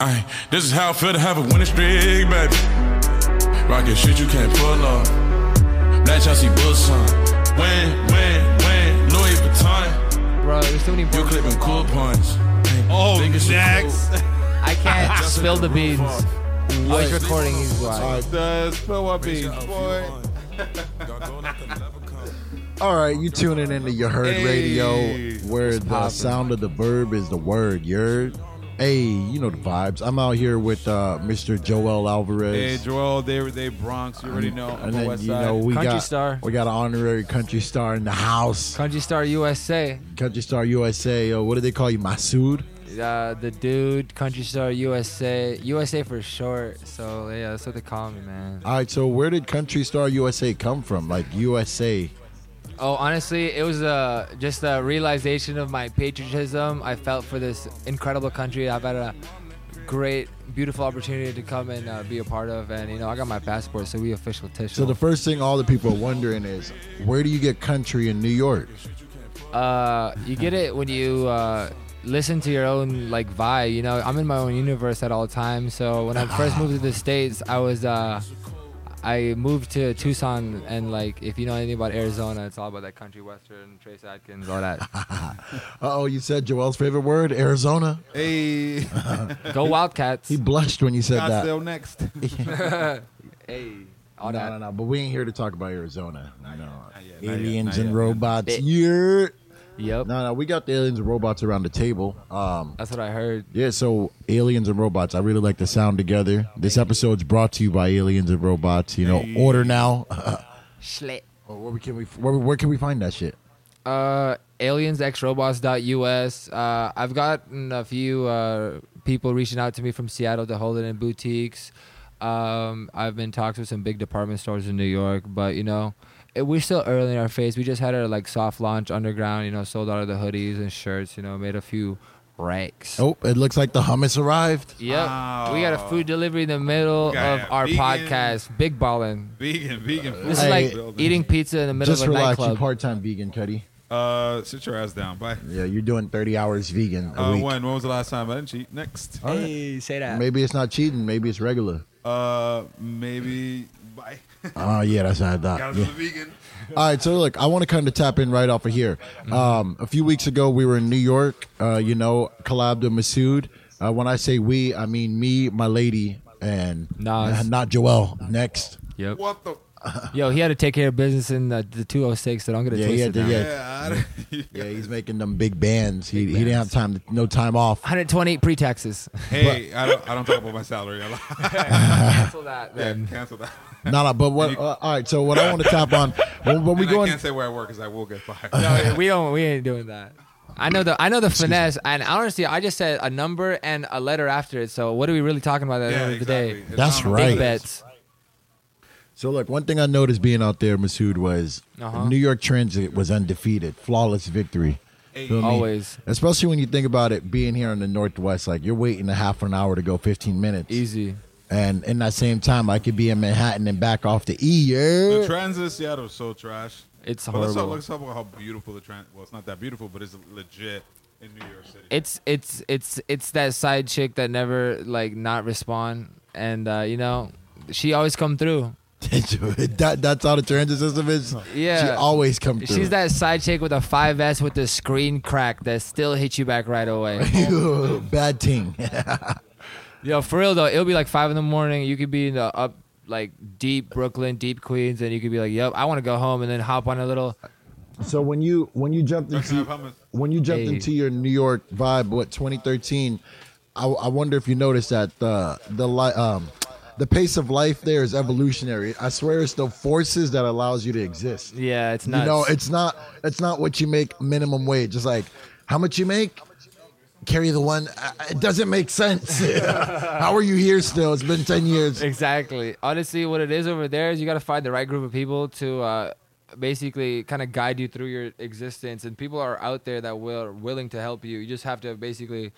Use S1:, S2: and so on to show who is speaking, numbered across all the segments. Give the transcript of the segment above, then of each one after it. S1: Ay, this is how I feel to have a winning streak, baby. Rockin' shit you can't pull off. Black Chelsea Bulls on. Win, win, win. Louis Vuitton.
S2: Bro, there's too many
S1: You
S2: words.
S1: clipping cool points.
S3: Oh,
S1: Biggest you
S3: next.
S1: cool.
S2: I can't
S1: Just
S2: spill the beans.
S1: Fuck.
S2: I was recording these live.
S3: Uh, spill what beans, boy.
S4: All right, you tuning into your herd
S3: Hey,
S4: radio, where the
S2: poppin'?
S4: sound of the verb is the word. You're, hey, you know the vibes. I'm out here with uh, Mr. Joel
S3: Hey,
S4: Alvarez,
S3: Joel, they were they Bronx. You already know.
S4: and
S3: Upper
S4: then
S3: West
S4: you
S3: Side.
S4: know we
S2: Country
S4: got
S2: star.
S4: we got an honorary country star in the house,
S2: Country Star USA,
S4: country star USA. Uh, what do they call you, Masood?
S2: uh, the dude, Country Star USA, USA for short. So yeah, that's what they call me, man.
S4: All right, so where did country star USA come from? Like USA,
S2: Oh, honestly, it was uh, just a realization of my patriotism I felt for this incredible country. I've had a great, beautiful opportunity to come and uh, be a part of, and you know, I got my passport, so we official
S4: So
S2: tissue.
S4: the first thing all the people are wondering is, where do you get country in New York?
S2: uh, you get it when you uh, listen to your own like vibe. You know, I'm in my own universe at all times. So when I first moved to the states, I was uh, I moved to Tucson, and like if you know anything about Arizona, it's all about that country western, Trace Adkins, all that.
S4: Uh oh, you said Joel's favorite word, Arizona.
S3: Hey,
S2: Go Wildcats!
S4: He blushed when you said that.
S3: Scottsdale next.
S2: hey, all
S4: no,
S2: that.
S4: no, no. But we ain't here to talk about Arizona. no,
S3: yet, not
S4: aliens
S3: yet, not
S4: and
S3: yet.
S4: robots.
S2: Bit.
S4: Yeah.
S2: Yep.
S4: No, no. We got the aliens and robots around the table. Um,
S2: That's what I heard.
S4: yeah. So aliens and robots. I really like the sound together. This episode's brought to you by aliens and robots. You know, order now.
S2: Schlit.
S4: Oh, where we can we where, where can we find that shit?
S2: Uh, aliensxrobots.us. Uh, I've gotten a few uh, people reaching out to me from Seattle to hold it in boutiques. Um, I've been talks with some big department stores in New York, but you know, it, we're still early in our phase. We just had our like soft launch underground. You know, sold out of the hoodies and shirts. You know, made a few racks.
S4: Oh, it looks like the hummus arrived.
S2: Yep, we got a food delivery in the middle
S3: We got
S2: of our
S3: vegan-
S2: podcast. Big ballin'.
S3: vegan, vegan food.
S2: This
S4: Hey,
S2: is like eating pizza in the middle
S4: Just
S2: of a
S4: relax, you
S2: nightclub.
S4: part-time vegan, Cuddy.
S3: Uh, sit your ass down. Bye.
S4: Yeah, you're doing 30 hours vegan a
S3: Uh,
S4: week.
S3: when? When was the last time I didn't cheat? Next.
S2: Hey, say that.
S4: Maybe it's not cheating. Maybe it's regular.
S3: Uh, maybe. Bye.
S4: Oh yeah, that's not that.
S3: Gotta
S4: Yeah.
S3: do the vegan.
S4: All right, so look, I want to kind of tap in right off of here.
S2: Mm-hmm.
S4: Um, a few weeks ago, we were in New York. Uh, you know, collabed with Masood. Uh, when I say we, I mean me, my lady, and
S2: Nas.
S4: uh, not Joel. Next,
S2: Yep.
S3: What the?
S2: Yo, he had to take care of business in the, the 206, so don't get it
S4: Yeah, he
S2: twisted.
S4: had to-
S2: now.
S4: yeah.
S3: Yeah. I don't-
S4: yeah, he's making them big bands. He, he didn't have time, to, no time off.
S2: 128 pre-taxes.
S3: Hey, I don't. I don't talk about my salary a lot.
S2: Cancel that
S3: Yeah,
S2: then.
S3: cancel that.
S4: No, no, but what? Uh, all right, so what I want to tap on when, when we
S3: And I
S4: go in,
S3: can't say where I work because I will get fired.
S2: No, we don't. We ain't doing that. I know the I know the finesse, and honestly, I just said a number and a letter after it. So what are we really talking about at the
S3: yeah,
S2: end of the
S3: exactly.
S2: day?
S3: It's
S4: That's
S3: not-
S4: right.
S2: Big bets.
S4: So look, one thing I noticed being out there, Masood, was
S2: Uh-huh.
S4: New York Transit was undefeated, flawless victory. Feel me?
S2: Always.
S4: especially when you think about it being here in the Northwest. Like you're waiting a half an hour to go 15 minutes,
S2: Easy.
S4: and in that same time, I could be in Manhattan and back off the E.
S3: The
S4: Yeah,
S3: transit in Seattle is so trash.
S2: It's
S3: But let's talk,
S2: horrible.
S3: let's talk about how beautiful the transit. Well, it's not that beautiful, but it's legit in New York City.
S2: It's it's it's it's that side chick that never like not respond, and uh, you know, she always come through.
S4: that, that's how the transit system is. she
S2: Yeah.
S4: always come through.
S2: She's that side chick with a 5S with the screen crack that still hits you back right away.
S4: bad thing.
S2: Yo, for real though, it'll be like five in the morning. You could be in the up like deep Brooklyn, deep Queens, and you could be like, "Yep, I want to go home," and then hop on a little.
S4: so when you when you jumped
S3: They're gonna
S4: into
S3: have hummus.
S4: when you jumped
S2: Hey.
S4: into your New York vibe, what 2013, I, I wonder if you noticed that the the li- um the pace of life there is evolutionary. I swear, it's the forces that allows you to exist.
S2: Yeah, it's nuts.
S4: You know, it's not it's not what you make minimum wage. It's like how much you make. Carry the one. uh, It doesn't make sense. How are you here still? It's been ten years.
S2: exactly. Honestly, what it is over there is you got to find the right group of people to uh, basically kind of guide you through your existence, and people are out there that will willing to help you. You just have to basically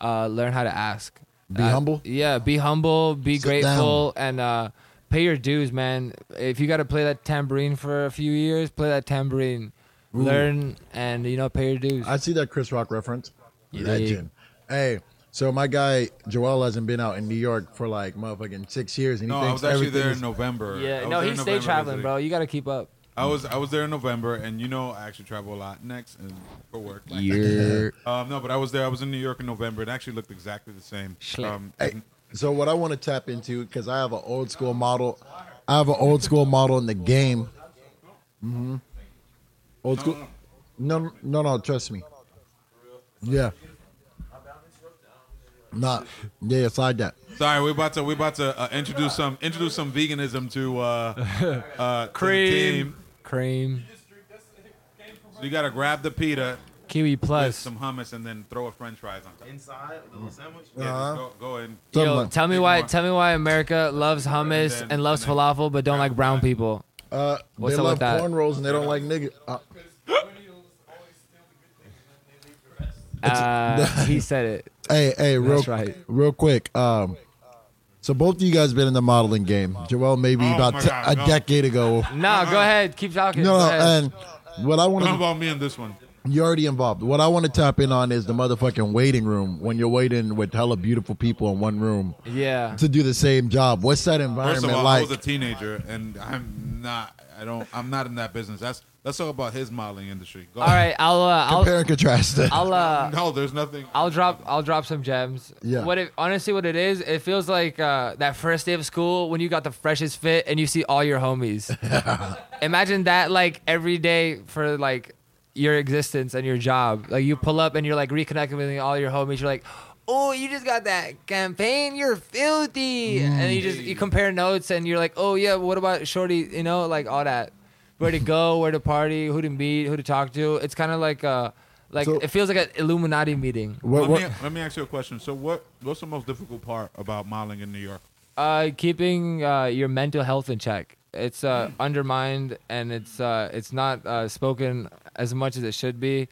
S2: uh, learn how to ask.
S4: Be
S2: Uh,
S4: humble?
S2: Yeah, be humble. Be
S4: Sit
S2: grateful and uh, pay your dues, man. If you got to play that tambourine for a few years, play that tambourine. Learn and you know pay your dues.
S4: I see that Chris Rock reference.
S2: Yeah.
S4: Legend. Hey, So my guy Joel hasn't been out in New York for like motherfucking six years, and he
S3: No, I
S4: thinks
S3: was actually
S4: everything
S3: there
S4: is-
S3: in November. I
S2: Yeah,
S3: was
S2: no,
S3: there
S2: he
S3: in
S2: stay
S3: November
S2: traveling,
S3: visiting.
S2: bro. You gotta keep up.
S3: I was I was there in November, and you know I actually travel a lot next and for work.
S2: You're
S3: Um, no, but I was there. I was in New York in November. It actually looked exactly the same.
S2: Schlick.
S3: Um,
S4: Hey, so what I want to tap into because I have an old school model, I have an old school model in the game. Mm-hmm. Old school. No, no, no. Trust me. Yeah. Nah. Yeah, slide that.
S3: Sorry, we're about to we're about to uh, introduce some introduce some veganism to uh, uh, to the
S5: Cream.
S3: team.
S2: cream
S3: So you gotta grab the pita,
S2: kiwi
S3: with
S2: plus.
S3: some hummus, and then throw a French fries on top.
S5: Inside the little sandwich.
S3: Yeah, just
S4: Uh-huh.
S3: go, go in.
S2: Yo,
S4: Someone-
S2: tell me
S3: Big
S2: why.
S3: one.
S2: Tell me why America loves hummus
S3: And
S2: and,
S3: then-
S2: loves
S3: and then-
S2: falafel, but don't like brown people.
S4: Uh,
S2: What's
S4: they
S2: up
S4: love
S2: with that?
S4: corn rolls and they don't like nigga. Uh,
S2: Uh, he said it.
S4: hey, hey, real,
S2: That's right.
S4: real quick. Um, so both of you guys been in the modeling game. Joel, maybe
S3: Oh
S4: about
S3: my
S4: te-
S3: God,
S4: a
S3: no.
S4: decade ago.
S2: No,
S3: Uh-huh.
S2: go ahead. Keep talking.
S4: No,
S2: go
S4: no,
S2: ahead.
S4: and what I want
S3: What
S4: to
S3: about me and this one?
S4: You're already involved. What I want to tap in on is the motherfucking waiting room when you're waiting with hella beautiful people in one room
S2: yeah.
S4: to do the same job. What's that
S3: First of
S4: environment
S3: all, I
S4: like?
S3: was a teenager, and I'm not. I don't. I'm not in that business. That's let's talk about his modeling industry. Go
S2: All right, I'll uh,
S4: Compare
S2: I'll
S4: and contrast it.
S2: I'll uh,
S3: No, there's nothing.
S2: I'll drop I'll drop some gems.
S4: Yeah.
S2: What it, honestly what it is, it feels like uh, that first day of school when you got the freshest fit and you see all your homies. Imagine that like every day for like your existence and your job. Like you pull up and you're like reconnecting with all your homies. You're like, oh, you just got that campaign. You're filthy. And you just you compare notes and you're like, oh yeah, what about Shorty? You know, like all that. Where to go? Where to party? Who to meet? Who to talk to? It's kind of like uh like
S4: So-
S2: it feels like an Illuminati meeting.
S4: what,
S3: let,
S4: what,
S3: me, let me ask you a question. So, what what's the most difficult part about modeling in New York?
S2: Uh, keeping uh, your mental health in check. It's uh, undermined and it's uh, it's not uh, spoken as much as it should be.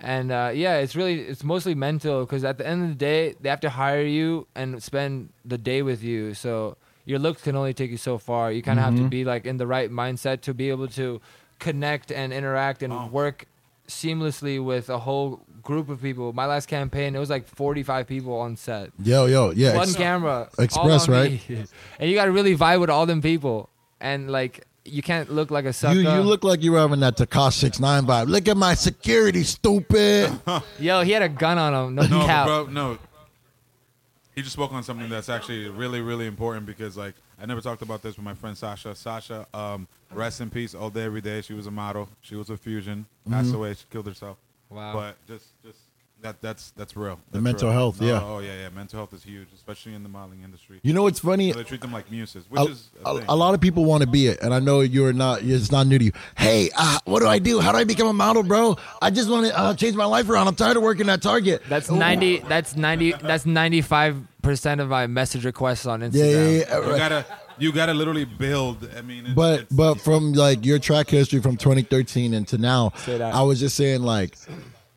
S2: And uh, yeah, it's really it's mostly mental because at the end of the day, they have to hire you and spend the day with you. So your looks can only take you so far. You kind of have to be like in the right mindset to be able to connect and interact and work seamlessly with a whole group of people. My last campaign, it was like 45 people on set
S4: yo, yo, yeah.
S2: one
S4: ex-
S2: camera
S4: Express,
S2: all on
S4: right?
S2: me. and you gotta really vibe with all them people and like you can't look like a sucker
S4: you, you look like you were having that Takash 69 vibe. Look at my security, stupid.
S2: yo he had a gun on him no,
S3: No,
S2: cap
S3: bro, no. He just spoke on something that's actually really, really important because, like, I never talked about this with my friend Sasha. Sasha, um, rest in peace, all day, every day. She was a model. She was a fusion.
S4: Mm-hmm.
S3: Passed away. She killed herself.
S2: Wow.
S3: But just, just that, that's that's real.
S4: The
S3: That's
S4: mental
S3: real.
S4: health,
S3: No,
S4: yeah.
S3: Oh yeah, yeah. Mental health is huge, especially in the modeling industry.
S4: You know what's funny?
S3: they treat them like muses, which
S4: A,
S3: is a,
S4: a,
S3: thing.
S4: a lot of people want to be it, and I know you're not. It's not new to you. Hey, uh, what do I do? How do I become a model, bro? I just want to uh, change my life around. I'm tired of working at Target.
S2: that's 90 that's 90 that's 95 percent of my message requests on instagram
S4: Yeah, yeah, yeah.
S3: You gotta, you gotta literally build. I mean, it's,
S4: But
S3: it's-
S4: but from like your track history from 2013 into now,
S2: that.
S4: I was just saying like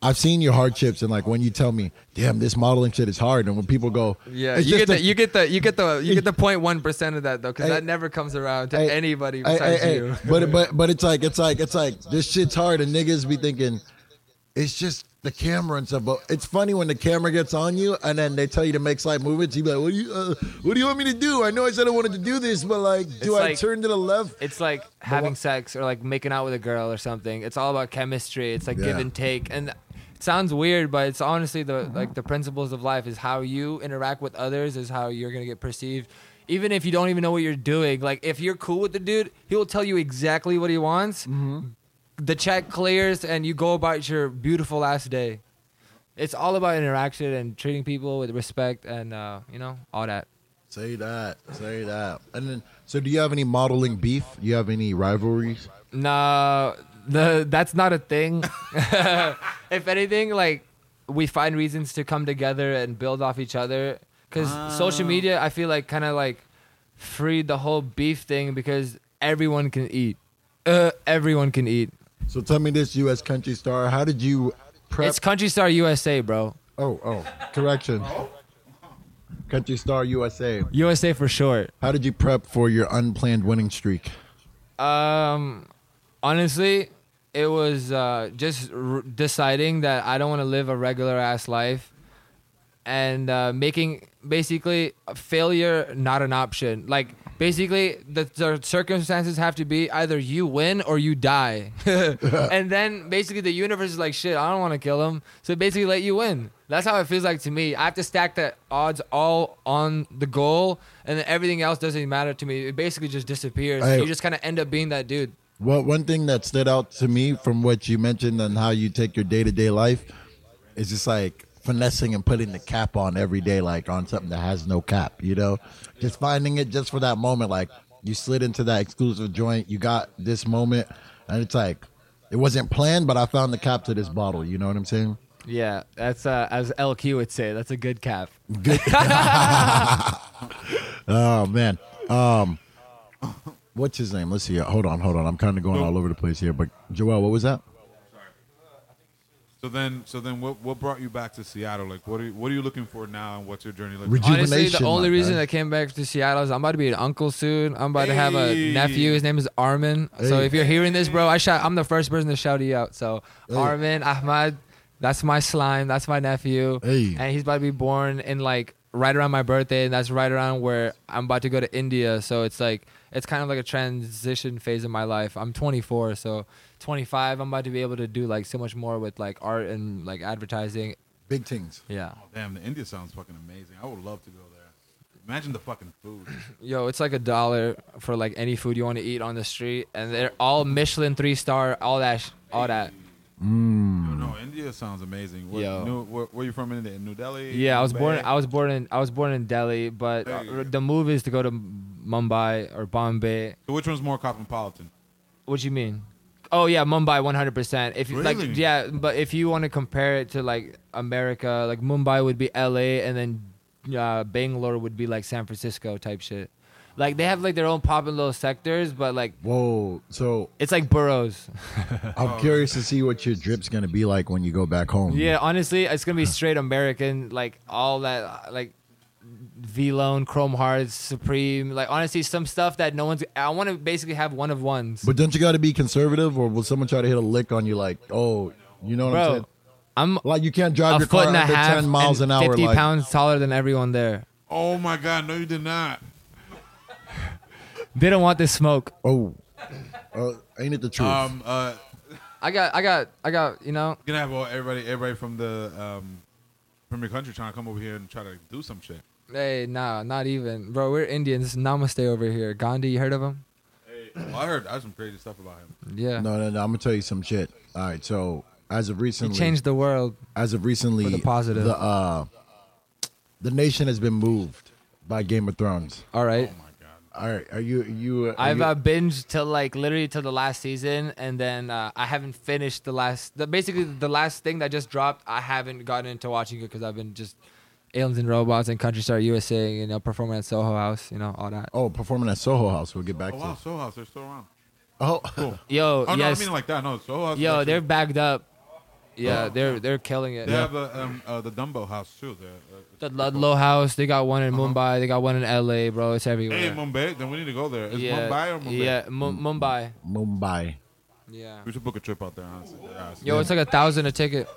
S4: I've seen your hardships and like when you tell me, damn, this modeling shit is hard, and when people go,
S2: Yeah,
S4: it's
S2: you get
S4: just
S2: the,
S4: a-
S2: you get the you get the you get the point one percent of that though, because
S4: Hey,
S2: that never comes around to
S4: Hey,
S2: anybody
S4: hey,
S2: besides
S4: hey, hey.
S2: you.
S4: But but but it's like it's like it's like this shit's hard, and niggas be thinking it's just the camera and stuff. But it's funny when the camera gets on you, and then they tell you to make slight movements. You be like, what do you uh, what do you want me to do? I know I said I wanted to do this, but like, do
S2: It's
S4: I
S2: like-
S4: turn to the left?
S2: It's like having sex or like making out with a girl or something. It's all about chemistry. It's like give
S4: Yeah.
S2: and take. And it sounds weird, but it's honestly the like the principles of life is how you interact with others is how you're gonna get perceived. Even if you don't even know what you're doing, like if you're cool with the dude, he will tell you exactly what he wants. The check clears, and you go about your beautiful last day. It's all about interaction and treating people with respect, and uh, you know all that.
S4: Say that, say that. And then, so do you have any modeling beef? Do you have any rivalries?
S2: No, the that's not a thing. if anything, like we find reasons to come together and build off each other. Because social media, I feel like kind of like freed the whole beef thing because everyone can eat. Uh, everyone can eat.
S4: So tell me this, U.S. country star, how did you prep?
S2: It's Country Star USA, bro.
S4: oh, oh, correction. Country star USA.
S2: USA for short.
S4: How did you prep for your unplanned winning streak?
S2: Um, honestly, it was uh, just r- deciding that I don't want to live a regular ass life. and uh, making basically failure not an option. Like basically, the, the circumstances have to be either you win or you die, and then basically the universe is like, shit, I don't want to kill him, so basically let you win. That's how it feels like to me. I have to stack the odds all on the goal, and then everything else doesn't matter to me. It basically just disappears.
S4: Hey.
S2: you just kind of end up being that dude.
S4: Well, one thing that stood out to me from what you mentioned and how you take your day to day life is just like finessing and putting the cap on every day, like on something that has no cap, you know? Just finding it just for that moment. Like you slid into that exclusive joint, you got this moment, and it's like, it wasn't planned, but I found the cap to this bottle. You know what I'm saying?
S2: Yeah, that's uh, as LQ would say. That's a good cap.
S4: Oh man. Um, what's his name? Let's see. Hold on, hold on. I'm kind of going all over the place here. But Joel, what was that?
S3: So then, so then, what what brought you back to Seattle? Like, what are you, what are you looking for now, and what's your journey like?
S4: Reju-
S2: Honestly,
S4: Rejuvenation,
S2: the only
S4: my
S2: reason
S4: guy.
S2: I came back to Seattle is I'm about to be an uncle soon. I'm about to have a
S3: Hey.
S2: nephew. His name is Armin. So
S4: Hey.
S2: if you're hearing this, bro, I shout. I'm the first person to shout you out. So Armin Ahmad, that's my slime. That's my nephew.
S4: Hey.
S2: And he's about to be born in like right around my birthday, and that's right around where I'm about to go to India. So it's like it's kind of like a transition phase of my life. I'm 24, so 25, I'm about to be able to do like so much more with like art and like advertising.
S4: Big things.
S2: Yeah.
S3: Oh, damn, the India sounds fucking amazing. I would love to go there. Imagine the fucking food.
S2: Yo, it's like a dollar for like any food you want to eat on the street, and they're all Michelin three star, all that, sh- all that.
S3: No, no, India sounds amazing. Where,
S2: Mm. Yo.
S3: New, where, where you from in India? New Delhi.
S2: Yeah, I was born.
S3: Bombay?
S2: I was born in. I was born in Delhi, but uh, the move is to go to Mumbai or Bombay.
S3: So which one's more cosmopolitan?
S2: What do you mean? Oh yeah, Mumbai, one hundred percent. If you
S3: Really?
S2: like, yeah, but if you want to compare it to like America, like Mumbai would be L.A. and then uh, Bangalore would be like San Francisco type shit. Like they have like their own poppin' little sectors, but like
S4: Whoa. So
S2: it's like boroughs.
S4: I'm curious to see what your drip's gonna be like when you go back home.
S2: Oh. Yeah, honestly, it's gonna be straight American, like all that, like V Lone, Chrome Hearts, Supreme, like honestly, some stuff that no one's. I want to basically have one of ones,
S4: But don't you got to be conservative, or will someone try to hit a lick on you? Like, oh, you know what I'm
S2: bro.
S4: saying?
S2: I'm
S4: Like you can't
S2: a
S4: drive your
S2: foot
S4: car
S2: and a
S4: under
S2: half,
S4: ten miles
S2: and
S4: an hour.
S2: fifty
S4: Like,
S2: pounds taller than everyone there.
S3: Oh my God! No, you did not.
S2: They don't want this smoke.
S4: oh, uh, ain't it the truth?
S3: Um, uh,
S2: I got, I got, I got. You know,
S3: gonna have all, everybody, everybody from the um, from your country trying to come over here and try to do some shit.
S2: hey, nah, not even, bro. We're Indians. Namaste over here. Gandhi, you heard of him?
S3: Well, I heard I heard some crazy stuff about him.
S2: Yeah,
S4: no, no, no. I'm gonna tell you some shit. All right. So as of
S2: he
S4: recently,
S2: changed the world.
S4: as of recently,
S2: For the positive.
S4: the, uh, the nation has been moved by Game of Thrones.
S2: All right.
S3: Oh my God!
S4: All right, are you you? Are
S2: I've
S4: you,
S2: uh, binged till like literally till the last season, and then uh, I haven't finished the last. The, basically, the last thing that just dropped, I haven't gotten into watching it because I've been just aliens and robots and country star USA, you know, performing at Soho House, you know, all that.
S4: oh performing at Soho House. We'll get back
S3: Oh
S4: to.
S3: wow, Soul House, they're still around.
S4: Oh,
S2: Yo,
S3: Oh no, I
S2: Uh, yes,
S3: mean like that. No, Soul House. is
S2: yo,
S3: actually-
S2: they're backed up. Yeah, they're they're killing it.
S3: They have a, um, uh, the Dumbo House too. The, uh,
S2: The Ludlow House, they got one in Mumbai, they got one in LA, bro. It's everywhere.
S3: Uh-huh. Hey, Mumbai. Then we need to go there. Is
S2: yeah,
S3: Mumbai or Mumbai?
S2: yeah, Mu- Mumbai.
S4: Mumbai.
S2: Yeah.
S3: We should book a trip out there, honestly. Yeah, it's-
S2: Yo, it's like a thousand a ticket.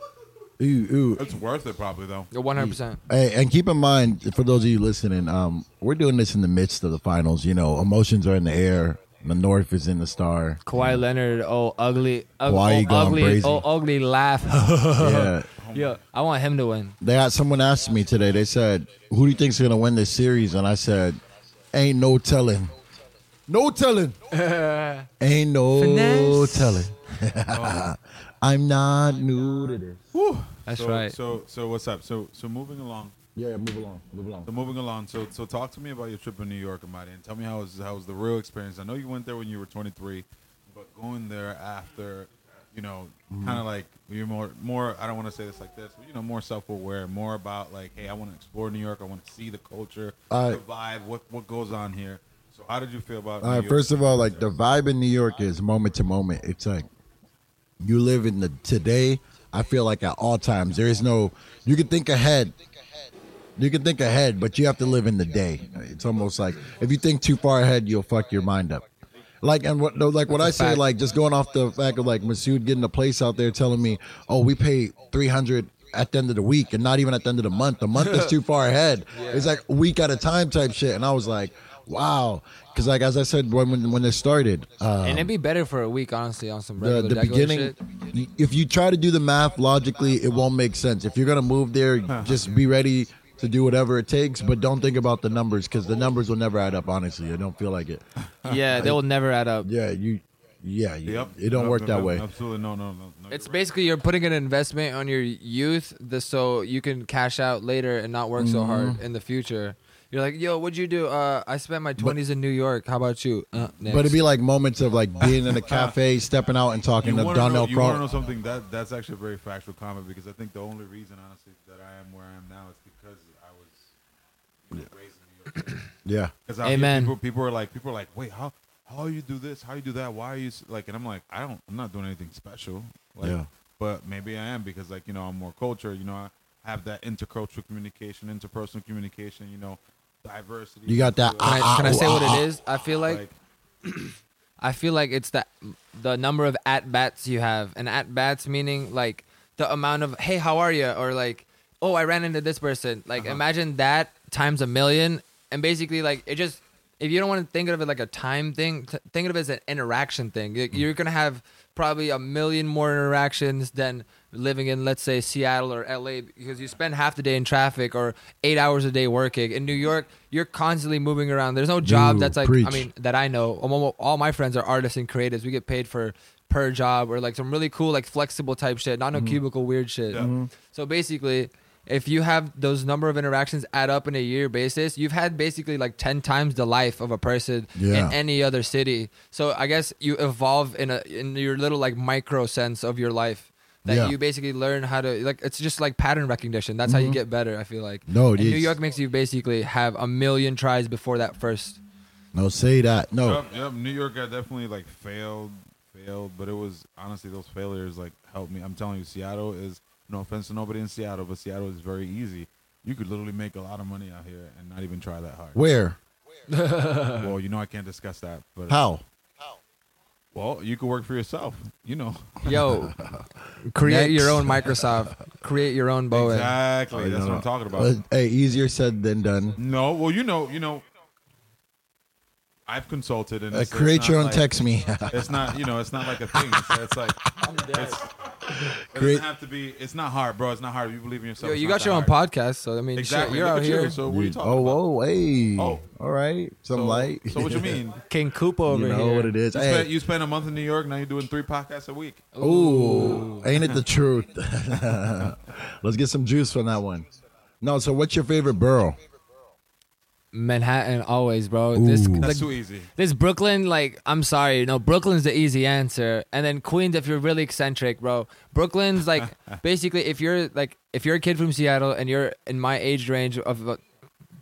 S4: Ooh, ooh.
S3: it's worth it probably though.
S2: One hundred percent.
S4: Hey, and keep in mind, for those of you listening, um, we're doing this in the midst of the finals. You know, emotions are in the air. The North is in the star.
S2: Kawhi Leonard, oh ugly, ug-
S4: Mm. Kawhi
S2: oh,
S4: gone
S2: ugly,
S4: crazy.
S2: oh ugly laugh.
S4: yeah.
S2: Yo, I want him to win.
S4: They had someone asked me today. They said, "Who do you think's gonna win this series?" And I said, "Ain't no telling. No telling. Ain't no
S2: Finesse.
S4: telling. I'm not new to this."
S2: That's
S3: so,
S2: right.
S3: So, so what's up? So, so moving along.
S4: Yeah, yeah, move along. Move along.
S3: So moving along. So, so talk to me about your trip in New York, Amadi, and tell me how was how was the real experience. I know you went there when you were 23, but going there after, you know,
S4: Mm-hmm.
S3: kind of like you're more more. I don't want to say this like this, but you know, more self aware, more about like, hey, I want to explore New York. I want to see the culture,
S4: All
S3: the
S4: right.
S3: vibe, what what goes on here. So, how did you feel about?
S4: All
S3: New
S4: right,
S3: York?
S4: first of all, like the vibe in New York is moment to moment. It's like you live in the today. I feel like at all times there is no. You can think ahead. You can think ahead, but you have to live in the day. It's almost like if you think too far ahead, you'll fuck your mind up. Like and what no, like what I
S2: That's a
S4: say,
S2: fact.
S4: like just going off the fact of like Masood getting a place out there telling me, oh, we pay three hundred at the end of the week and not even at the end of the month. The month is too far ahead. It's like week at a time type shit. And I was like, wow. Because like as I said when when, when this started, um,
S2: and it'd be better for a week, honestly, on some
S4: the,
S2: regular
S4: the
S2: regular
S4: beginning
S2: shit.
S4: y- if you try to do the math logically it won't make sense if you're gonna move there just be ready to do whatever it takes but don't think about the numbers because the numbers will never add up honestly i don't feel like it
S2: Yeah, they will never add up.
S4: yeah you yeah you,
S3: Yep.
S4: it don't
S3: Yep,
S4: work
S3: yep,
S4: that
S3: yep.
S4: way
S3: Absolutely. No, no, no. no
S2: It's
S3: you're right.
S2: basically you're putting an investment on your youth, the, so you can cash out later and not work
S4: Mm-hmm.
S2: so hard in the future. You're like, yo, what'd you do? Uh, I spent my twenties in New York. How about you? Uh,
S4: but it'd
S2: next.
S4: be like moments of like being in a cafe stepping out and talking
S3: You
S4: to
S3: want to know,
S4: donnell
S3: you wanna know
S4: Crowe.
S3: something? That that's actually a very factual comment because I think the only reason, honestly, that I am where I am now is because I was you know, raised in New York. City.
S4: yeah
S3: Because I mean,
S2: Amen.
S3: people, people are like, people are like, wait, how how you do this? How you do that? Why are you s-" like? And I'm like, I don't, I'm not doing anything special. Like,
S4: Yeah.
S3: But maybe I am because like you know I'm more cultured. You know I have that intercultural communication, interpersonal communication. You know, diversity.
S4: You got that ah,
S3: Uh,
S2: Can I, can I say what it is? I feel
S3: like,
S2: like I feel like it's the the number of at bats you have, and at bats meaning like the amount of hey, how are you, or like oh, I ran into this person. Like imagine that times a million, and basically like it just if you don't want to think of it like a time thing, th- think of it as an interaction thing. You- You're gonna have probably a million more interactions than living in let's say Seattle or LA because you spend half the day in traffic or 8 hours a day working. In New York, you're constantly moving around. There's no job
S4: Ooh,
S2: that's like I
S4: preach.
S2: mean that I know, almo- all my friends are artists and creatives. We get paid for per job or like some really cool, like flexible type shit, not no cubicle weird shit.
S3: Yeah.
S4: Mm-hmm.
S3: Mhm.
S2: So basically, if you have those number of interactions add up in a year basis, you've had basically like ten times the life of a person
S4: Yeah.
S2: in any other city. So I guess you evolve in a in your little like micro sense of your life. That
S4: Yeah.
S2: you basically learn how to like it's just like pattern recognition. That's how you get better, I feel like.
S4: Mm-hmm. No, it
S2: And New
S4: is.
S2: York makes you basically have a million tries before that first
S4: no say that no
S3: Yep, yep. New York, I definitely like failed, failed, but it was honestly those failures like helped me. I'm telling you, Seattle is no offense to nobody in Seattle, but Seattle is very easy. You could literally make a lot of money out here and not even try that hard.
S4: where
S3: Well, you know I can't discuss that, but
S4: how
S3: well, you could work for yourself. You know
S2: Yo, create
S4: Next.
S2: your own Microsoft. Create your own
S4: Oh,
S2: Boeing.
S3: exactly. That's what
S4: No, no.
S3: I'm talking about.
S4: Well, Uh, hey easier said than done
S3: no, well, you know, you know, I've consulted and
S4: Uh,
S3: it's- it's
S4: create
S3: not
S4: your own
S3: like-
S4: text me
S3: It's not, you know, it's not like a thing. It's, it's like it's, it
S4: Great.
S3: doesn't have to be. It's not hard, bro. It's not hard. You believe in yourself.
S2: Yo,
S3: it's
S2: you
S3: not
S2: got your own
S3: that hard.
S2: podcast, so I mean, shit,
S3: Exactly.
S2: you're
S3: Look
S2: out
S3: at you.
S2: here.
S3: So what are you talking
S4: oh,
S3: about?
S4: whoa, hey.
S3: Oh.
S4: All right. Some
S3: So-
S4: light.
S3: So what you mean?
S2: King Coop over
S4: you know
S2: here.
S4: what it is.
S3: You,
S4: Hey,
S3: spent, you spent a month in New York. Now you're doing three podcasts a week.
S4: ooh, ain't it the truth? Let's get some juice from that one. No, so what's your favorite borough?
S2: Manhattan always, bro. This
S4: Ooh.
S2: like,
S3: That's too easy.
S2: this Brooklyn, like, I'm sorry, no, Brooklyn's the easy answer, and then Queens if you're really eccentric, bro. Brooklyn's like basically if you're like if you're a kid from Seattle and you're in my age range of about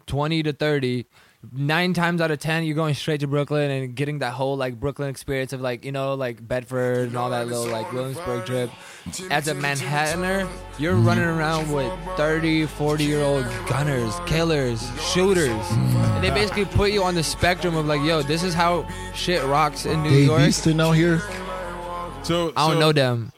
S2: 20 to 30 nine times out of ten you're going straight to brooklyn and getting that whole like brooklyn experience of like you know like bedford and all that little like williamsburg trip as a manhattaner you're running around with 30 40 year old gunners killers shooters and they basically put you on the spectrum of like yo this is how shit rocks in new
S4: Dave
S2: york
S4: Easton out here?
S3: So
S2: i don't
S3: so,
S2: know them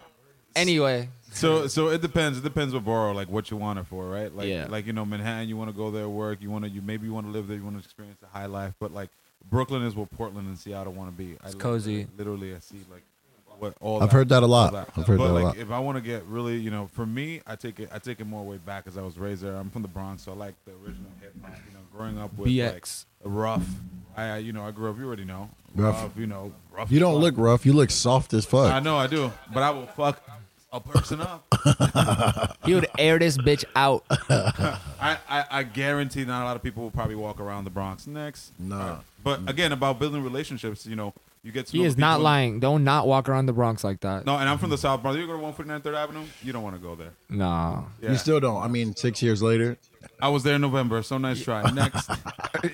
S2: anyway
S3: So so it depends. It depends what borough, like what you want it for, right? Like
S2: Yeah.
S3: like you know Manhattan, you want to go there, work. You want to you maybe you want to live there. You want to experience the high life. But like Brooklyn is what Portland and Seattle want to be. It's
S2: cozy.
S3: Literally, I see like what all.
S4: I've heard that a lot.
S3: all that.
S4: I've heard
S3: but
S4: that
S3: like,
S4: a lot.
S3: if I want to get really, you know, for me, I take it. I take it more way back as I was raised there. I'm from the Bronx, so I like the original hip hop. You know, growing up with
S2: BX.
S3: like rough. I, I you know I grew up. You already know
S4: Rough.
S3: You know rough.
S4: You
S3: as
S4: don't
S3: fuck.
S4: look rough. You look soft as
S3: I
S4: fuck.
S3: know I do, but I will fuck a person up.
S2: he would air this bitch out
S3: I, I, I guarantee not a lot of people will probably walk around the Bronx next.
S4: Nah. Mm.
S3: Uh, But again, about building relationships, you know, you get to
S2: he
S3: know
S2: is
S3: the
S2: not
S3: people-
S2: lying don't not walk around the bronx like that
S3: No, and I'm from the South Bronx. You go to 149 Third Avenue, you don't want to go there.
S2: no
S3: Yeah.
S4: You still don't. I mean, six years later.
S3: I was there in November, so nice try. Next,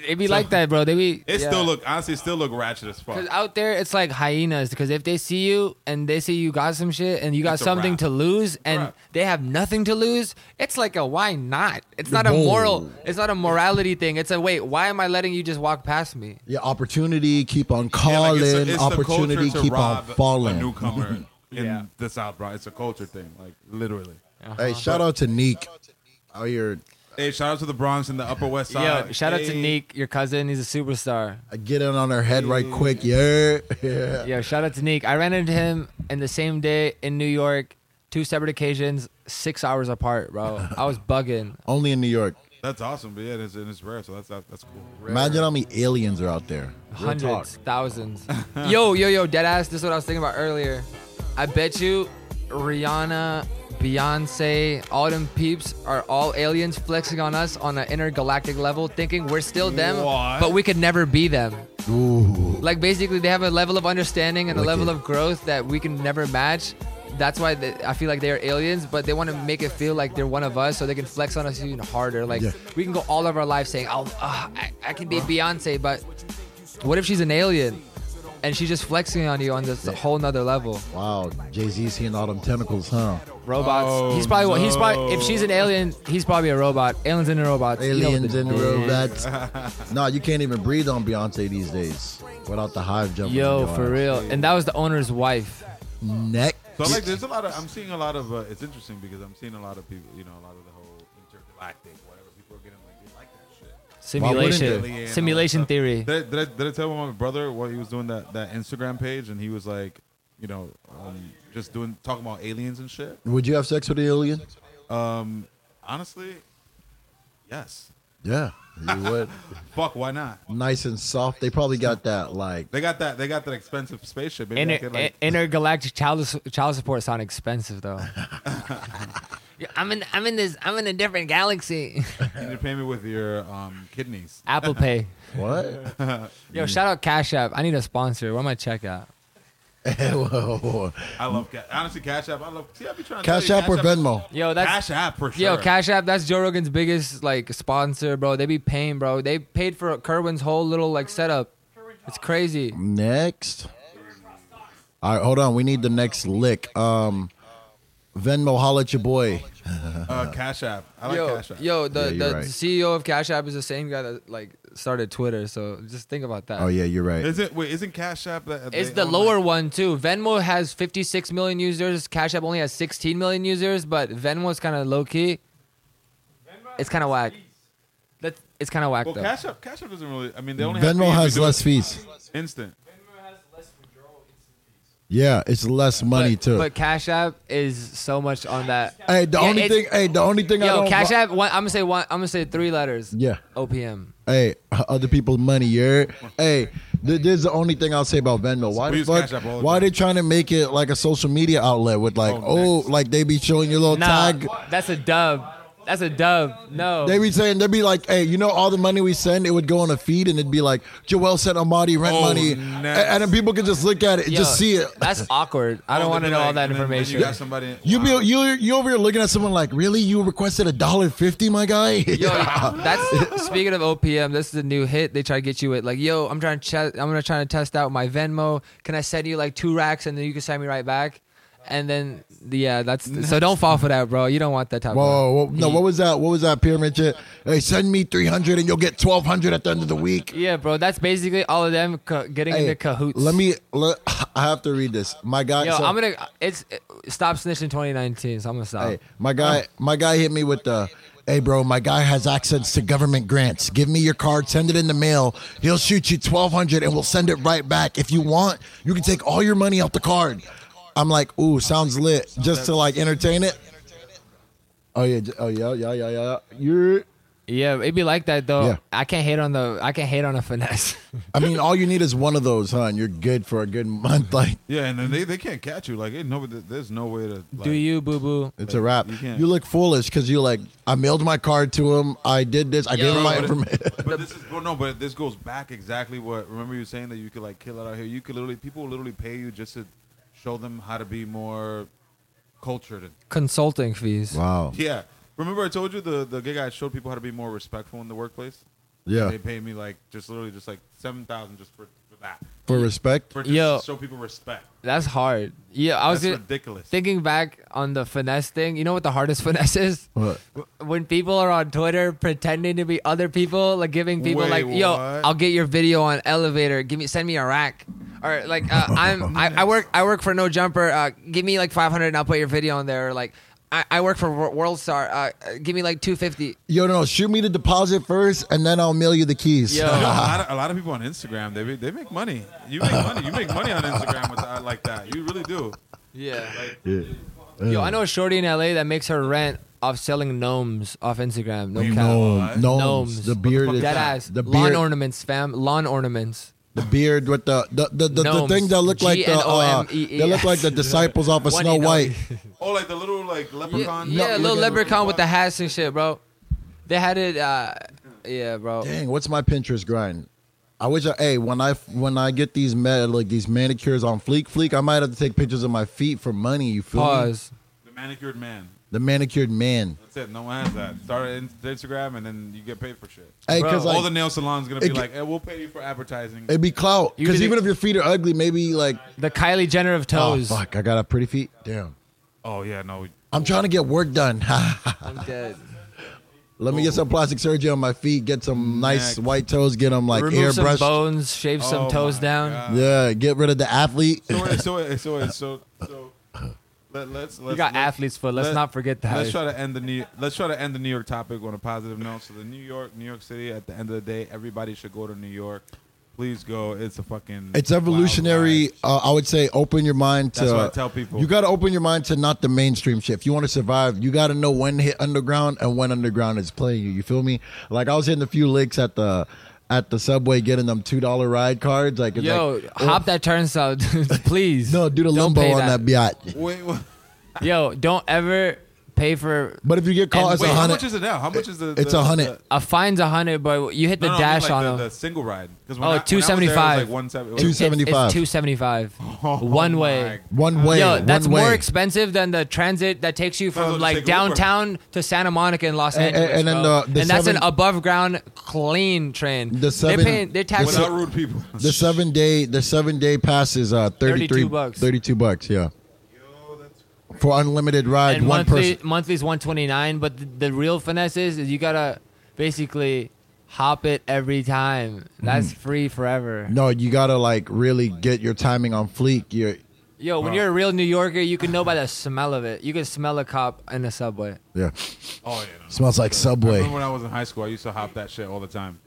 S2: It be like that, bro. They be
S3: it
S2: yeah.
S3: still look honestly it still look ratchet as fuck.
S2: Cause out there it's like hyenas. Because if they see you and they see you got some shit and you got
S3: It's a
S2: something
S3: wrap.
S2: to lose and
S3: wrap.
S2: they have nothing to lose, it's like a why not? It's not a
S4: Whoa.
S2: moral. It's not a morality thing. It's a wait. Why am I letting you just walk past me?
S4: Yeah, opportunity keep on
S3: Yeah, like,
S4: calling.
S3: it's a- it's the
S4: opportunity
S3: culture to
S4: keep on
S3: rob
S4: falling.
S3: A newcomer in
S2: Yeah.
S3: the South Bronx, it's a culture thing, like literally.
S4: Hey, shout out to Neek. Out here
S3: Hey, shout out to the Bronx and the Upper West Side.
S2: Yo, shout out to
S3: Hey.
S2: Neek, your cousin. He's a superstar.
S4: I get in on her head right quick. Yeah. yeah.
S2: Yo, shout out to Neek. I ran into him in the same day in New York, two separate occasions, six hours apart, bro. I was bugging.
S4: Only in New York.
S3: That's awesome, but yeah, it's, and it's rare, so that's that, that's cool.
S4: Imagine how many aliens are out there. Real talk.
S2: Hundreds, thousands. yo, yo, yo, dead ass. This is what I was thinking about earlier. I bet you Rihanna, Beyonce, all them peeps are all aliens flexing on us on an intergalactic level, thinking we're still them,
S3: What?
S2: but we could never be them. Like basically, they have a level of understanding and a level
S4: Wicked.
S2: of growth that we can never match. That's why they, I feel like they are aliens, but they want to make it feel like they're one of us, so they can flex on us even harder. Like
S4: Yeah.
S2: we can go all of our life saying, "Oh, uh, I, I can be Beyonce," but what if she's an alien and she's just flexing on you on this whole nother level?
S4: Wow. Jay Z's seeing all them tentacles, huh?
S2: Robots.
S3: Oh,
S2: he's probably he's probably if
S3: no.
S2: she's an alien, he's probably a robot. Aliens and robots. You know what
S4: Aliens
S2: the
S4: and
S2: deal is.
S4: robots. no, you can't even breathe on Beyonce these days without the hive jumping.
S2: Yo,
S4: in your
S2: for
S4: eyes.
S2: real. And that was the owner's wife.
S4: Neck.
S3: So like, there's a lot of I'm seeing a lot of. Uh, it's interesting because I'm seeing a lot of people. You know, a lot of the whole intergalactic whatever people are getting like they like that shit. Alien and
S2: Simulation.
S3: all
S2: Simulation
S3: that stuff.
S2: theory.
S3: Did I, did, I, did I tell my brother what he was doing that that Instagram page and he was like, you know, um, just doing talking about aliens and shit.
S4: Would you have sex with an alien?
S3: Um, honestly, yes.
S4: Yeah, you would.
S3: Fuck, why not?
S4: nice and soft. They probably got that like.
S3: They got that. They got that expensive spaceship. Maybe I
S2: Inter-
S3: could, like,
S2: i- intergalactic child child support sound expensive though. Yeah, I'm in I'm in this I'm in a different galaxy.
S3: you need to pay me with your um, kidneys.
S2: Apple Pay.
S4: What?
S3: Mm.
S2: Yo, shout out Cash App. I need a sponsor. Where am I check out?
S4: Whoa.
S3: I love Ca- honestly Cash App. I love. See, I be trying to
S4: Cash
S3: tell you,
S4: App or Venmo?
S2: Yo, that's
S3: Cash App for sure.
S2: Yo, Cash App, that's Joe Rogan's biggest like sponsor, bro. They be paying, bro. They paid for Kerwin's whole little like setup. It's crazy.
S4: Next. All right, hold on. We need the next lick. Um, Venmo, holla at your boy.
S3: Uh, Cash App. I like
S2: yo,
S3: Cash App.
S2: yo, the,
S4: Yeah, you're
S2: the
S4: right.
S2: CEO of Cash App is the same guy that like started Twitter. So just think about that.
S4: Oh yeah, you're right.
S3: Is it? Wait, isn't Cash App? That,
S2: It's
S3: they
S2: the
S3: own,
S2: lower
S3: like-
S2: one too. Venmo has 56 million users. Cash App only has 16 million users, but Venmo's kind of low key. It's kind of whack. That's it's kind of whack
S3: Well,
S2: though.
S3: Cash App. Cash App doesn't really. I mean, they only. have
S4: Venmo
S3: fees. You
S4: has
S3: do
S4: less
S3: it
S4: fees.
S3: Instant.
S4: Yeah, it's less money
S2: but,
S4: too.
S2: But Cash App is so much on that.
S4: hey, the
S2: Yeah,
S4: only
S2: it's-
S4: thing. Hey, the only thing I
S2: Yo,
S4: don't.
S2: Cash
S4: bu-
S2: App. One, I'm gonna say one. I'm gonna say three letters.
S4: Yeah.
S2: OPM.
S4: Hey, other people's money. Yeah. Hey, th- this is the only thing I'll say about Venmo. Why
S3: We
S4: the
S3: use
S4: fuck?
S3: Cash App all the
S4: Why
S3: time.
S4: they trying to make it like a social media outlet with like,
S3: Oh,
S4: oh,
S3: next.
S4: like they be showing your little
S2: Nah,
S4: tag.
S2: that's a dub. That's a dub. No.
S4: They be saying, they'd be like, hey, you know, all the money we send, it would go on a feed and it'd be like, Joel sent Amadi rent
S3: Oh,
S4: money.
S3: nice.
S4: A- And then people could just look at it, and
S2: Yo,
S4: just see it.
S2: That's awkward. I don't
S3: Oh,
S2: want to
S3: they'd
S2: know
S3: be
S2: all
S3: like-
S2: that
S3: and then- then
S2: information.
S3: You got somebody.
S4: You
S3: wow.
S4: be you you over here looking at someone like, really? You requested a dollar fifty, my guy?
S2: Yo, that's speaking of OPM. This is a new hit. They try to get you with like, yo, I'm trying to ch- I'm gonna try to test out my Venmo. Can I send you like two racks and then you can send me right back? And then yeah, that's so don't fall for that, bro. You don't want that type.
S4: Whoa, whoa,
S2: of
S4: Oh, no! What was that? What was that pyramid shit? Hey, send me three hundred and you'll get twelve hundred at the end of the week.
S2: Yeah, bro. That's basically all of them co- getting
S4: Hey,
S2: into cahoots.
S4: Let me. Let, I have to read this. My guy.
S2: Yo,
S4: so-
S2: I'm gonna. It's it- stop snitching 2019. So I'm gonna stop.
S4: Hey, my guy. My guy hit me with the. Hey, bro. My guy has access to government grants. Give me your card. Send it in the mail. He'll shoot you twelve hundred and we'll send it right back. If you want, you can take all your money off the card. I'm like, ooh, sounds lit. Just to like entertain it. Oh yeah. j- Oh yeah. Yeah. Yeah. Yeah. You're.
S2: Yeah, it'd be like that though.
S4: Yeah.
S2: I can't hate on the. I can't hate on a finesse.
S4: I mean, all you need is one of those, huh? And you're good for a good month. Like.
S3: Yeah, and then they, they can't catch you. Like, ain't no, there's no way to. Like,
S2: Do you, boo boo?
S4: It's a wrap.
S3: you
S4: You,
S3: can't-
S4: look foolish because you like. I mailed my card to him. I did this. I gave him my
S3: But it-
S4: information.
S3: But this is well, no, but this goes back exactly what. Remember you saying that you could like kill it out here. You could literally people will literally pay you just to show them how to be more cultured. And,
S2: Consulting fees.
S4: Wow.
S3: yeah, remember I told you the the gig I showed people how to be more respectful in the workplace.
S4: Yeah.
S3: They paid me like just literally just like seven thousand just for, for that
S4: For respect.
S3: for just
S2: Yo.
S3: to show people respect.
S2: That's hard. Yeah, I was
S3: That's
S2: gonna,
S3: ridiculous.
S2: thinking back on the finesse thing. You know what the hardest finesse is?
S4: What?
S2: When people are on Twitter pretending to be other people, like giving people
S3: Wait,
S2: like, "Yo,
S3: what?
S2: I'll get your video on elevator. Give me, send me a rack." Or like, uh, I'm, I, I work, I work for No Jumper. Uh, give me like 500 and I'll put your video on there. Or like,
S5: I, I work for Wor- WorldStar. Uh, uh, give me like two fifty.
S4: Yo, no, no, shoot me the deposit first, and then I'll mail you the keys.
S5: Yo.
S3: You know, a, lot of, a lot of people on Instagram, they, be- they make money. You make money. You make money on Instagram with that, like that. You really do.
S2: Yeah.
S4: Yeah.
S2: Yo, I know a shorty in LA that makes her rent off selling gnomes off Instagram. No
S3: You
S2: cap.
S4: Gnome, gnomes,
S2: Gnomes.
S4: the beard,
S2: Dead ass.
S4: the
S2: lawn
S4: beard,
S2: ornaments, fam. Lawn ornaments.
S4: the beard with the the the, the, the
S2: Gnomes.
S4: thing that look like the uh,
S2: G-N-O-M-E-E-S.
S4: they look like the disciples off of
S2: One
S4: Snow
S2: E, no
S4: White.
S3: Oh, like the little like
S2: Yeah,
S3: leprechaun.
S2: yeah
S4: No,
S2: little
S4: look at-
S2: leprechaun with the hats and shit, bro. They had it. Uh, yeah, bro.
S4: Dang, what's my Pinterest grind? I wish I hey when I when I get these med, like these manicures on Fleek Fleek, I might have to take pictures of my feet for money. You feel me?
S2: Pause.
S3: The manicured man.
S4: The manicured man.
S3: That's it. No one has that. Start an Instagram and then you get paid for shit.
S4: Hey,
S2: Bro.
S4: because
S3: All the
S4: like,
S3: nail salons gonna be
S4: It-
S3: like, hey, we'll pay you for advertising.
S4: it'd be clout.
S2: You
S4: Because
S2: did
S4: even
S2: it-
S4: if your feet are ugly, maybe like
S2: The Kylie Jenner of
S4: oh
S2: toes.
S4: fuck, I got a pretty feet. Damn,
S3: oh yeah, no.
S4: I'm trying to get work done.
S2: I'm dead.
S4: Let me get
S3: Oh.
S4: some plastic surgery on my feet. Get some nice
S3: Next.
S4: white toes. Get them like
S2: Remove some
S4: airbrushed.
S2: bones, shave some
S3: Oh
S2: toes
S3: my
S2: down.
S3: God.
S4: Yeah, get rid of the athlete.
S3: So wait, so wait, so wait, so so. Let, let's let's
S2: You got
S3: let's,
S2: athletes foot. Let's
S3: let-
S2: not forget that.
S3: Let's try to end the New, let's try to end the New York topic on a positive note. So the New York, New York City. At the end of the day, everybody should go to New York. Please go. It's a fucking.
S4: It's evolutionary.
S3: wild ride.
S4: Uh, I would say open your mind to.
S3: That's what I tell people.
S4: You got to open your mind to not the mainstream shit. If you want to survive, you got to know when to hit underground and when underground is playing you. You feel me? Like I was hitting a few licks at the at the subway, getting them two dollar ride cards. Like it's
S2: Yo,
S4: like,
S2: hop that turnstile, dude, please.
S4: No, do the
S2: Don't
S4: limbo
S2: pay
S4: on that, biatch.
S3: Wait, what?
S2: Yo, don't ever pay for
S4: But if you get caught,
S2: And
S4: it's
S3: wait
S4: a
S3: how much
S4: hundred.
S3: is it now? How much is the?
S4: It's
S3: the-
S4: a hundred.
S3: the-
S2: a fine's a hundred, but you hit the
S3: No, no, I mean,
S2: dash
S3: like
S2: on
S3: the-
S2: them.
S3: the single ride. 'Cause
S2: Oh,
S3: when I- when I was there, it was
S2: 275.
S3: Like one seven.
S4: Two
S3: Two
S4: se- 75.
S2: It's two seventy five.
S3: Oh
S2: One
S3: my
S2: way.
S4: One way.
S2: Yo, that's
S4: one
S2: more
S4: way.
S2: expensive than the transit that takes you
S3: as well
S2: from
S3: just
S2: like
S3: take Uber.
S2: downtown to Santa Monica in Los
S4: And- and-
S2: Angeles.
S4: and then
S2: bro.
S4: the- the
S2: and that's an
S4: seven-
S2: above ground clean train.
S4: The seven-
S2: they're paying, they're
S4: the
S2: taxing.
S3: without rude people.
S4: The seven day the seven day pass is uh 33
S2: 32 bucks.
S4: 32 bucks, yeah. For unlimited ride,
S2: and
S4: one
S2: monthly
S4: person.
S2: monthly's one twenty nine. But the, the real finesse is, is you gotta basically hop it every time. That's
S4: Hmm.
S2: free forever.
S4: No, you gotta like really get your timing on fleek. You're,
S2: Yo, when you're a real New Yorker, you can know by the smell of it. You can smell a cop in the subway.
S4: yeah,
S3: Oh yeah. no.
S4: smells like
S3: I
S4: Subway.
S3: remember when I was in high school, I used to hop that shit all the time.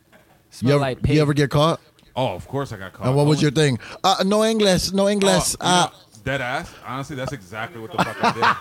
S2: Smell
S4: You ever,
S2: like
S4: you
S2: pig.
S4: ever get caught?
S3: Oh, of course I got caught.
S4: And what was
S3: Only-
S4: your thing? Uh, no English, no English.
S3: Oh, you know,
S4: uh,
S3: dead ass. Honestly, that's exactly what the fuck I did.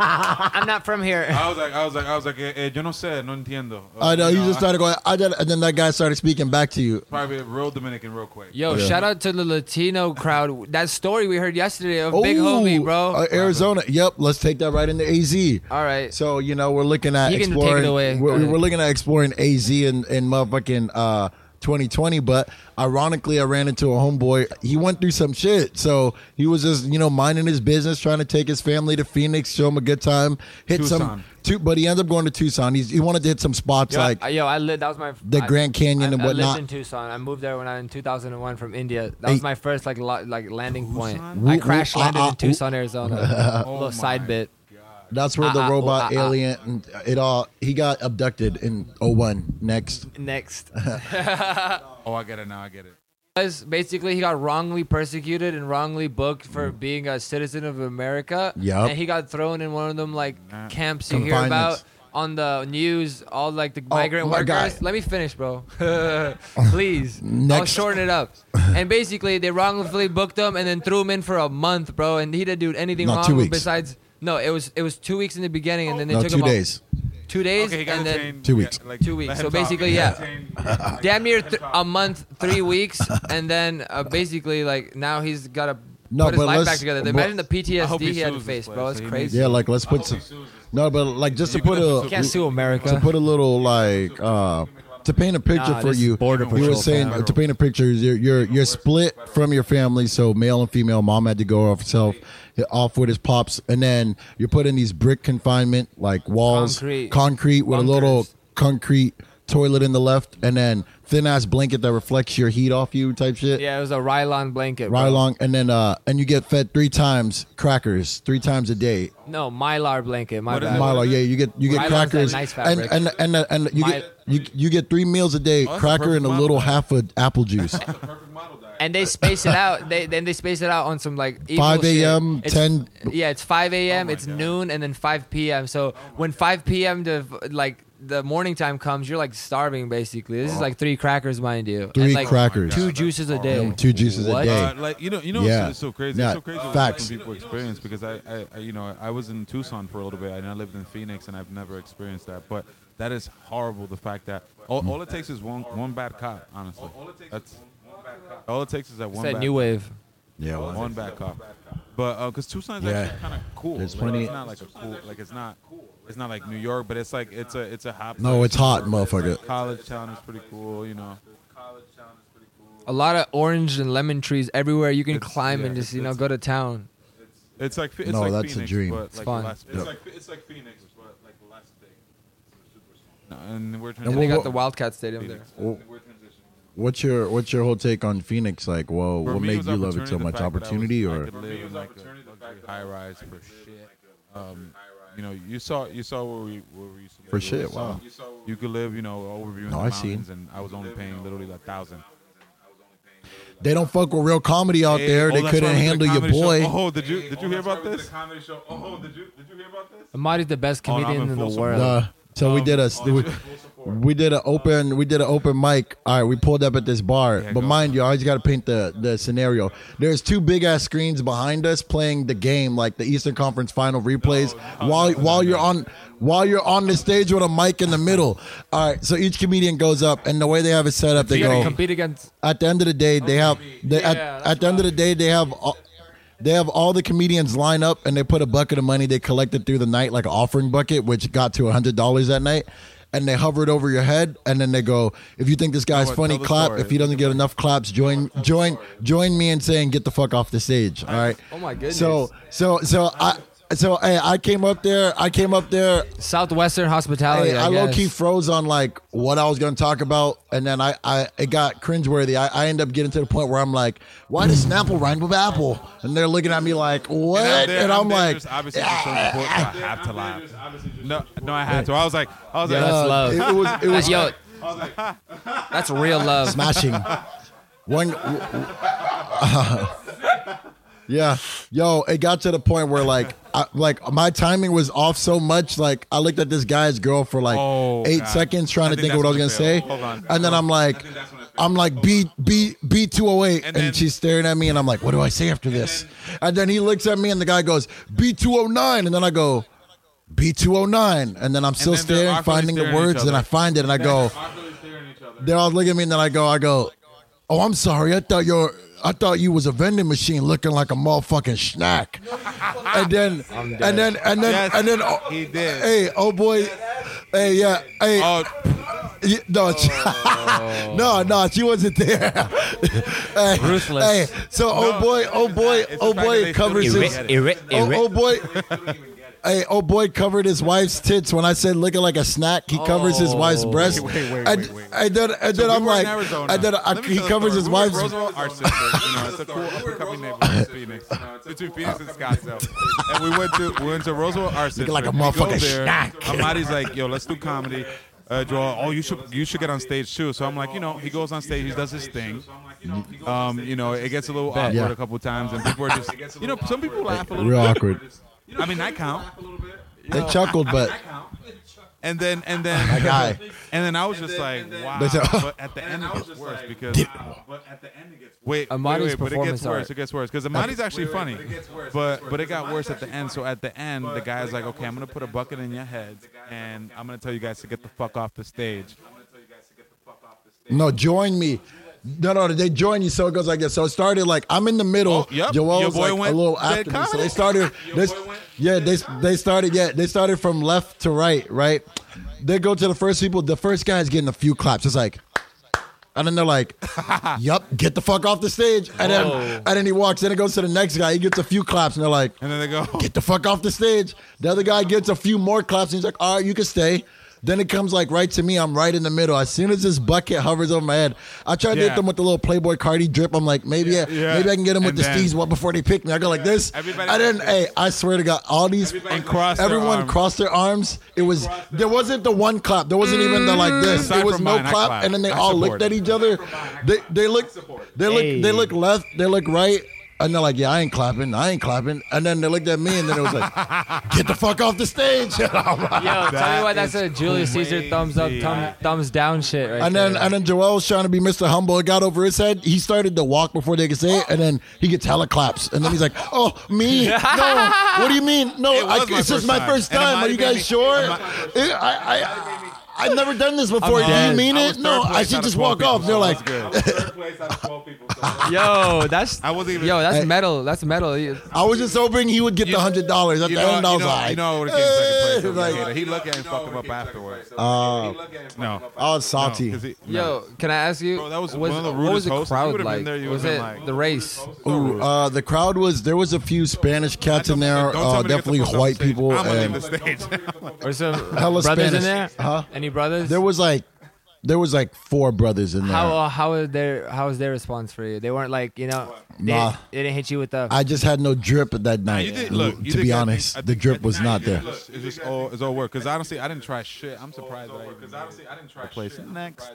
S2: I'm not from here.
S3: I was like, I was like, I was like, eh, eh, yo no sé, no entiendo. Uh,
S4: I know. You Oh, just
S3: I-
S4: started going. I did, and then that guy started speaking back to you.
S3: Probably real Dominican, real quick.
S2: Yo,
S4: Yeah.
S2: shout out to the Latino crowd. That story we heard yesterday of Big Homie, bro.
S4: uh, Arizona. Yep. Let's take that right into AZ.
S2: All right.
S4: So you know we're looking at
S2: You can take it
S4: exploring.
S2: away. Go
S4: We're,
S2: ahead.
S4: we're looking at exploring AZ in in motherfucking uh, 2020. But ironically, I ran into a homeboy. He went through some shit. So he was just you know minding his business, trying to take his family to Phoenix, show him a good time, hit some.
S3: Tucson.
S4: Two, but he ended up going to Tucson. He's, he wanted to hit some spots
S2: yo,
S4: like
S2: I, yo, I lived. That was my
S4: the
S2: I-
S4: Grand Canyon and
S2: I, I
S4: whatnot.
S2: lived in Tucson. I moved there when I in 2001 from India. That was
S4: Hey.
S2: my first like lo, like landing point.
S4: Woo,
S2: I
S4: woo,
S2: crash landed
S4: ah, ah,
S2: in Tucson, Arizona. little side
S3: my
S2: bit.
S4: That's where the
S2: Uh-uh,
S4: robot
S2: uh-uh.
S4: alien and it all. He got abducted in 01. Next,
S2: Next.
S3: Oh, I get it now. I get it.
S2: was basically he got wrongly persecuted and wrongly booked for being a citizen of America.
S4: Mm. Yup.
S2: And he got thrown in one of them like
S3: Nah.
S2: camps you hear about
S4: Confinements. Oh
S2: on the news, all like the migrant
S4: my
S2: workers.
S4: guy.
S2: Let me finish, bro. Please. I'll
S4: Next.
S2: shorten it up. And basically they wrongfully booked him and then threw him in for a month, bro, and he didn't do anything
S4: No,
S2: wrong
S4: two weeks.
S2: besides no, it was it was two weeks in the beginning and then they
S4: no,
S2: took
S4: two
S2: him off-
S4: days.
S2: Two days
S3: Okay, he got
S2: and then
S3: detained.
S4: Two weeks.
S3: Yeah, like,
S2: Two weeks.
S3: let
S2: So
S3: him talk.
S2: basically,
S3: He got
S2: yeah.
S3: detained. Like,
S2: damn near th- um,
S3: let him
S2: a
S3: talk.
S2: month, three weeks, and then uh, basically like now he's got to
S4: No,
S2: put his
S4: but
S2: life
S4: let's-
S2: back together.
S4: but-
S2: Imagine the
S3: I
S2: PTSD
S3: hope he
S2: he, had to
S3: sues this
S2: face,
S3: place,
S2: bro. It's
S3: so he
S2: crazy.
S4: Yeah, like let's
S3: I
S4: put
S3: hope he
S4: some.
S3: sues this.
S4: No, but like just to
S3: You can
S4: put
S3: have
S4: a
S3: to
S2: You can't sue
S4: to
S2: America.
S4: put a little like uh, to paint a picture
S2: Nah,
S4: for
S2: this is
S4: you.
S2: Border
S4: you were
S2: Patrol,
S4: saying
S3: fam.
S4: to paint a picture. You're you're you're split from your family, so male and female. Mom had to go off herself, off with his pops, and then you're put in these brick confinement like walls,
S2: Concrete.
S4: with a
S2: Bunkers.
S4: little concrete toilet in the left, and then thin ass blanket that reflects your heat off you type shit.
S2: Yeah, it was a Rylon blanket. bro.
S4: Rylong, and then uh, and you get fed three times crackers, three times a day,
S2: No, Mylar blanket. My
S3: What is
S2: bad.
S3: it? What
S4: Milo,
S3: is
S4: yeah, you get you
S2: Milo's
S4: get
S2: that
S4: crackers,
S2: nice
S4: and,
S2: fabric.
S4: and and and and you
S2: Mi-
S4: get you, you get three meals a day,
S3: Oh, that's a
S4: cracker
S3: perfect
S4: and a
S3: Milo
S4: little
S3: diet.
S4: half of apple juice.
S3: That's a perfect model diet.
S2: and they space it out. They then they space it out on some like evil
S4: 5 a.m.,
S2: shit. It's-
S4: 10
S2: Yeah, it's five a.m.
S3: Oh my
S2: it's
S3: God.
S2: noon, and then five p.m. So when five p.m. to like the morning time comes, you're like starving basically. This is like three crackers, mind you. and,
S4: Three
S2: like,
S4: crackers.
S2: two juices a day.
S4: Two juices a
S2: What?
S4: day.
S3: Uh, like you know, you know,
S4: Yeah.
S3: it's, it's so crazy.
S4: Yeah.
S3: It's so crazy what
S4: Facts.
S3: some people experience because I, I, I, you know, I was in Tucson for a little bit and I lived in Phoenix and I've never experienced that. But that is horrible. The fact that all, all it takes is one one bad cop. Honestly, that's all it takes is that
S2: It's
S3: one
S2: that
S3: bad
S2: new wave.
S4: Yeah,
S3: cop.
S4: well,
S3: one bad cop. But because Tucson's
S4: Yeah.
S3: actually kind of cool.
S4: There's
S3: Like,
S4: plenty-
S3: It's not like a cool. Like it's not. It's not like New York, but it's like it's a it's a hot.
S4: No,
S3: place.
S4: it's hot, motherfucker.
S3: College town is pretty cool. You know.
S2: A lot of orange and lemon trees everywhere. You can
S3: It's-
S2: climb
S3: yeah,
S2: and just you know
S3: it's-
S2: go to town.
S3: It's like it's
S4: No,
S3: like
S4: that's a
S3: Phoenix,
S4: dream.
S3: But
S2: It's
S3: like
S2: fun.
S3: Less,
S4: Yep.
S3: It's like it's like Phoenix, but like less big. No, and we're
S2: And
S4: And
S2: they
S4: what-
S3: transitioning.
S2: got the Wildcat Stadium there.
S4: Well,
S3: we're transitioning.
S4: what's your what's your whole take on Phoenix? Like, whoa,
S3: For
S4: what
S3: me,
S4: made
S3: was
S4: you love it so
S3: the
S4: much?
S3: fact that I was-
S4: Opportunity
S3: I
S4: or
S3: could live in, like, a high rise for shit. Um, you know, you saw you saw where we where we used to live.
S4: For
S3: You
S4: shit,
S3: saw-
S4: wow.
S3: You could live, you know, over viewing
S4: No,
S3: the
S4: I seen.
S3: mountains, and I was only paying literally like thousand.
S4: they don't fuck with real comedy out there?
S3: Oh,
S4: They
S3: that's
S4: couldn't
S3: why we did the
S4: handle your
S3: comedy show.
S4: boy.
S3: Oh, did you did you hear about this?
S2: Amadi's the best
S3: Oh, no, I'm
S2: comedian
S3: in
S2: in the
S3: full support.
S2: world.
S4: Uh, so we
S3: Um,
S4: did a we, we did an open we did an open mic. All right, we pulled up at this bar,
S3: Yeah,
S4: but
S3: go.
S4: mind you, I always got to paint the the scenario. There's two big ass screens behind us playing the game, like the Eastern Conference Final replays. while while you're on while you're on the stage with a mic in the middle. All right, so each comedian goes up, and the way they have it set up, they
S2: you gotta
S4: go
S2: compete against
S4: at the end of the day they have they, at,
S2: Yeah, that's
S4: at the end of the day they have all, they have all the comedians line up and they put a bucket of money they collected through the night like an offering bucket which got to $100 that night and they hover it over your head and then they go if you think this
S2: Oh,
S4: guy's
S3: Tell
S4: funny
S3: the
S4: clap
S3: story.
S4: if he doesn't get enough claps join join join me in saying get the fuck off the stage all right
S2: Oh my goodness.
S4: so so so i so hey, I came up there. I came up there.
S2: Southwestern hospitality.
S4: Hey, I,
S2: Oh, I,
S4: low
S2: guess.
S4: key froze on like what I was gonna talk about, and then I, I it got cringeworthy. I, I end up getting to the point where I'm like, why does Snapple rhyme with apple? And they're looking at me like, what? And,
S3: there-
S4: I'm,
S3: there
S4: like, "Ah,
S3: just obviously just so important, so I have to laugh. No, no, I had to. I was like, I was
S2: Yeah,
S3: like,
S2: that's love.
S4: it, it was it was
S2: Uh, Yo, that's real love.
S4: smashing. One. w- w- yeah, yo, it got to the point where like, I, like my timing was off so much. Like, I looked at this guy's girl for like
S3: Oh,
S4: eight
S3: God.
S4: seconds, trying
S3: I
S4: to
S3: think
S4: think of what I was gonna
S3: that's when
S4: say,
S3: it failed. Hold on.
S4: and then I'm like, I'm like B B B two oh eight,
S3: And
S4: and,
S3: then-
S4: she's staring at me, and I'm like, what do I say after this? and then he looks at me, and the guy goes B two oh nine, and then I go. B209, and then I'm still
S3: then they're
S4: staring,
S3: awkwardly
S4: finding the
S3: staring at each
S4: words, and
S3: other.
S4: I find it, and I go, they're all looking at me, and then I go, I go, oh, I'm sorry. I thought you're, I thought you was a vending machine looking like a motherfucking snack. And then, and then, and then,
S3: Yes,
S4: and then, oh,
S3: he did.
S4: Hey, oh boy, hey, yeah, hey,
S3: Oh,
S4: y- no, she- no, no, she wasn't there. hey,
S2: Ruthless.
S4: Hey, so oh boy, oh boy,
S3: It's the
S4: oh
S3: fact that
S4: boy
S3: they
S4: covers
S3: still
S4: his.
S3: get it.
S4: Oh, oh boy. Hey, oh boy covered his wife's tits when I said looking like a snack. He covers his wife's breast.
S3: Oh, Wait, wait, wait,
S4: and,
S3: wait, wait.
S4: and then, and
S3: So
S4: then
S3: we
S4: I'm
S3: were in
S4: like,
S3: Arizona.
S4: and then I,
S3: Let me
S4: he
S3: tell a
S4: covers
S3: story.
S4: his
S3: We were in
S4: wife's.
S3: Roosevelt, our sister. You know, it's a cool up-and-coming neighborhood in Phoenix. Between Phoenix and Scottsdale, and we went to we went to Roosevelt, our sister.
S4: like a
S3: We go there.
S4: motherfucking snack.
S3: Amadi's like, yo, let's do comedy. Uh, draw. Oh, you should you should get on stage too. So I'm like, you know, he goes on stage, he does his thing. Um, you know, it gets a little awkward
S4: Yeah.
S3: a couple times, and people are just, you know, some people laugh a little.
S4: Real
S3: bit.
S4: awkward.
S3: I mean, I count.
S4: They chuckled, but
S3: And then and then
S4: my guy.
S3: And then I was just like, wow.
S4: They said-
S3: but at the end, it gets worse because. But at the end, it gets worse. Wait,
S2: Amani's
S3: wait, wait, but it
S2: performance
S3: gets worse.
S2: art.
S3: It gets worse because Amani's actually funny, but but it got worse at the end. So at the end, the guy's like, okay, I'm gonna put a bucket in your heads, and I'm gonna tell you guys to get the fuck off the stage.
S4: No, join me. No, no, they join you. So it goes like this. So it started like I'm in the middle.
S3: Oh, yep.
S4: Joel
S3: Your
S4: was
S3: boy
S4: like
S3: went
S4: a little
S3: dead
S4: after me. So
S3: comedy.
S4: they started. This, yeah, they they started. Yeah, they started from left to right. Right. They go to the first people. The first guy's getting a few claps. It's like. And then they're like, "Yep, get the fuck off the stage." And then, and then he walks. Then it goes to the next guy. He gets a few claps, and they're like,
S3: And then they go,
S4: get the fuck off the stage. The other guy gets a few more claps and he's like, all right, you can stay. Then it comes like right to me. I'm right in the middle. As soon as this bucket hovers over my head, I try to
S3: Yeah.
S4: hit them with the little Playboy Cardi drip. I'm like, maybe,
S3: Yeah,
S4: yeah,
S3: yeah.
S4: maybe I can get them with
S3: And
S4: the
S3: then-
S4: steez what before they pick me. I go like this.
S3: Everybody
S4: I didn't.
S3: like this.
S4: Hey, I swear to God, all these
S3: Everybody And like- crossed their
S4: everyone
S3: arms.
S4: crossed their arms. It was there wasn't the one clap. There wasn't even the like this.
S3: Aside
S4: It was
S3: from
S4: no
S3: mine, I
S4: clap,
S3: clapped.
S4: and then they
S3: I
S4: all
S3: support.
S4: looked at each other. They they look they look they look left. They look right. And they're like, yeah, I ain't clapping. I ain't clapping. And then they looked at me, and then it was like, get the fuck off the stage.
S2: Yo, tell
S3: That
S2: me why that's
S3: is
S2: a Julius Caesar thumbs up, thumb, thumbs down shit right
S4: And then
S2: there.
S4: and then Joel was trying to be Mr. Humble. It got over his head. He started to walk before they could say it, and then he gets hella claps. And then he's like, "Oh, me? No. What do you mean? No,
S3: It was
S4: I,
S3: my
S4: this is
S3: first
S4: my
S3: time.
S4: first
S3: And it
S4: time.
S3: might
S4: Are you
S3: have
S4: guys
S3: been me.
S4: sure?
S3: It might-
S4: It- I, I, I, have never done this before. Do you
S2: dead.
S4: mean
S3: I
S4: it?
S3: was
S4: No,
S3: third
S4: I
S3: place
S4: should
S3: out of
S4: just
S3: 12
S4: walk off.
S3: people,
S4: They're
S3: so
S4: like,
S3: I was good. third place out of 12 people. so-
S2: yo, that's
S3: I wasn't even-
S2: yo, that's
S4: Hey.
S2: metal. That's metal. You-
S4: I was just hoping he would get the hundred dollars at
S3: You
S4: the
S3: know,
S4: end. I
S3: you
S4: was
S3: know,
S4: like,
S3: you know, I would have came second place.
S4: "Eh,"
S3: over
S4: like,
S3: Gator. he looked at him, fucked him up afterwards. No,
S4: I was salty.
S3: No, 'cause he- no.
S2: Yo, can I ask you?
S3: Bro, that was one of the
S2: What was
S3: rudest
S2: the
S3: hosts. If you
S2: crowd
S3: would've been
S2: like?
S3: there, you
S2: was
S3: would've
S2: it
S3: been like-
S2: the race?
S4: Ooh, uh, the crowd was there was a few Spanish cats in there,
S3: Don't tell
S4: uh,
S3: me to get
S4: definitely
S3: the fuck off
S4: white
S3: the stage.
S4: people,
S3: I'm gonna
S4: and
S3: leave the stage.
S2: Or some
S4: Hella
S2: brothers in there?
S4: Spanish. Huh?
S2: Any brothers?
S4: There was like, there was like four brothers in there.
S2: How uh, how was their how was their response for you? They weren't like you know they,
S4: Nah.
S2: didn't, they didn't hit you with the
S4: I just had no drip that
S3: You
S4: night.
S3: did- look, you
S4: to
S3: did
S4: be
S3: that-
S4: honest,
S3: I
S4: the
S3: think- I
S4: drip
S3: think
S4: was
S3: I
S4: not
S3: did.
S4: there.
S3: Look, It's just all it's all work. Because honestly, I didn't try shit. I'm surprised that I even made it. Place next.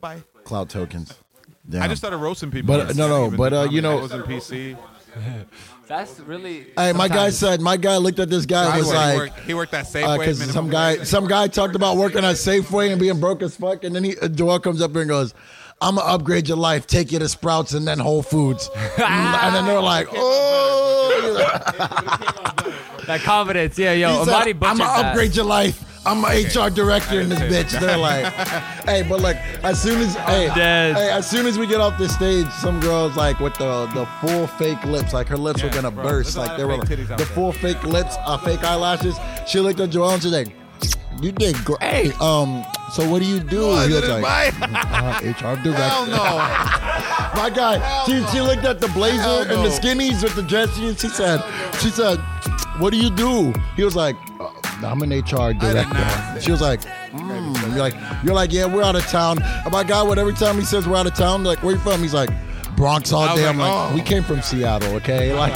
S3: Bye.
S4: Cloud tokens.
S3: I
S4: Damn.
S3: just started roasting people.
S4: But,
S3: It's
S4: no,
S3: not
S4: no,
S3: even
S4: but,
S3: the
S4: uh, you
S3: comedy. I
S4: know-
S3: was in PC.
S2: That's really.
S4: Hey, my guy said. My guy looked at this guy and was
S3: he,
S4: like,
S3: worked, he worked that Safeway.
S4: because
S3: minimum
S4: Uh, some guy,
S3: wage.
S4: some guy talked about working at Safeway and being broke as fuck, and then he uh, Joel comes up here and goes, "I'm gonna upgrade your life. Take you to Sprouts and then Whole Foods." and then they're like, "Oh."
S2: that confidence. Yeah, yo,
S4: He said,
S2: Amadi
S4: I'm
S2: butchered
S4: gonna
S2: that.
S4: upgrade your life. I'm an HR director in this bitch. They're like, hey, but like, as soon as hey,
S2: dead.
S4: hey, as soon as we get off the stage, some girls like with the the full fake lips, like her lips were
S3: Yeah,
S4: gonna
S3: bro,
S4: burst,
S3: there's a
S4: like
S3: lot
S4: they
S3: of
S4: were
S3: fake titties
S4: the
S3: out there.
S4: full fake lips, uh, fake eyelashes. She looked at Joel and she's like, you did great. Um, so what do you do?
S3: Oh,
S4: He
S3: is
S4: was
S3: it
S4: like,
S3: mine?
S4: uh,
S3: Hell
S4: HR director.
S3: no.
S4: My guy, she, she looked at the blazer
S3: Hell
S4: and
S3: no.
S4: the skinnies with the dress, and she said, she said, what do you do? He was like, uh, I'm an HR director. She was like, mm. you're like, you're like, yeah, we're out of town. And my guy, would every time he says we're out of town, like, where you from? He's like, Bronx
S3: I
S4: all
S3: was
S4: day. I'm
S3: like,
S4: like,
S3: oh.
S4: we came from Seattle, okay? Like,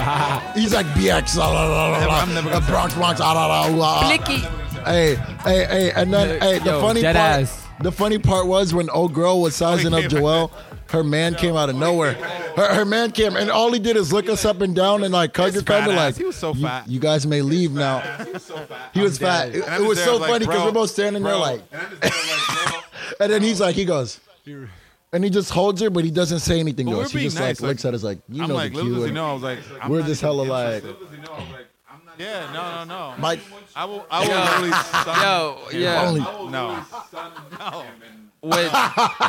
S4: he's like BX, la, la, la, la, la.
S3: I'm never gonna
S4: Uh,
S3: say
S4: Bronx, Bronx, ah, la, la, la, la. Hey, hey, hey, and then, hey, the
S2: Yo,
S4: funny
S2: dead
S4: part,
S2: ass.
S4: the funny part was when old girl was sizing up Joel, her man came out of nowhere. Her, her man came, and all he did is look us up and down and like hug
S3: His
S4: your kind
S3: fat
S4: of
S3: ass.
S4: like,
S3: He was so
S4: "You-
S3: fat."
S4: You, guys may leave now. He was fat. It,
S3: And I'm
S4: it
S3: just
S4: was
S3: there,
S4: so
S3: like,
S4: funny because
S3: bro,
S4: we're both standing there
S3: bro.
S4: like,
S3: And I'm just there like, bro.
S4: and then he's like, he goes, and he just holds her, but he doesn't say anything
S3: But
S4: to
S3: we're
S4: us. He
S3: being
S4: just
S3: nice,
S4: like
S3: like,
S4: looks at us like, you
S3: I'm
S4: know
S3: like,
S4: the
S3: little does he
S4: cue.
S3: know, I was like, I'm
S4: We're
S3: not
S4: just
S3: even
S4: hella like,
S3: Yeah, no, no, no.
S4: Mike,
S3: I will, I will really sun
S5: Yo,
S3: him.
S5: yeah.
S4: Only-
S3: No.
S5: With,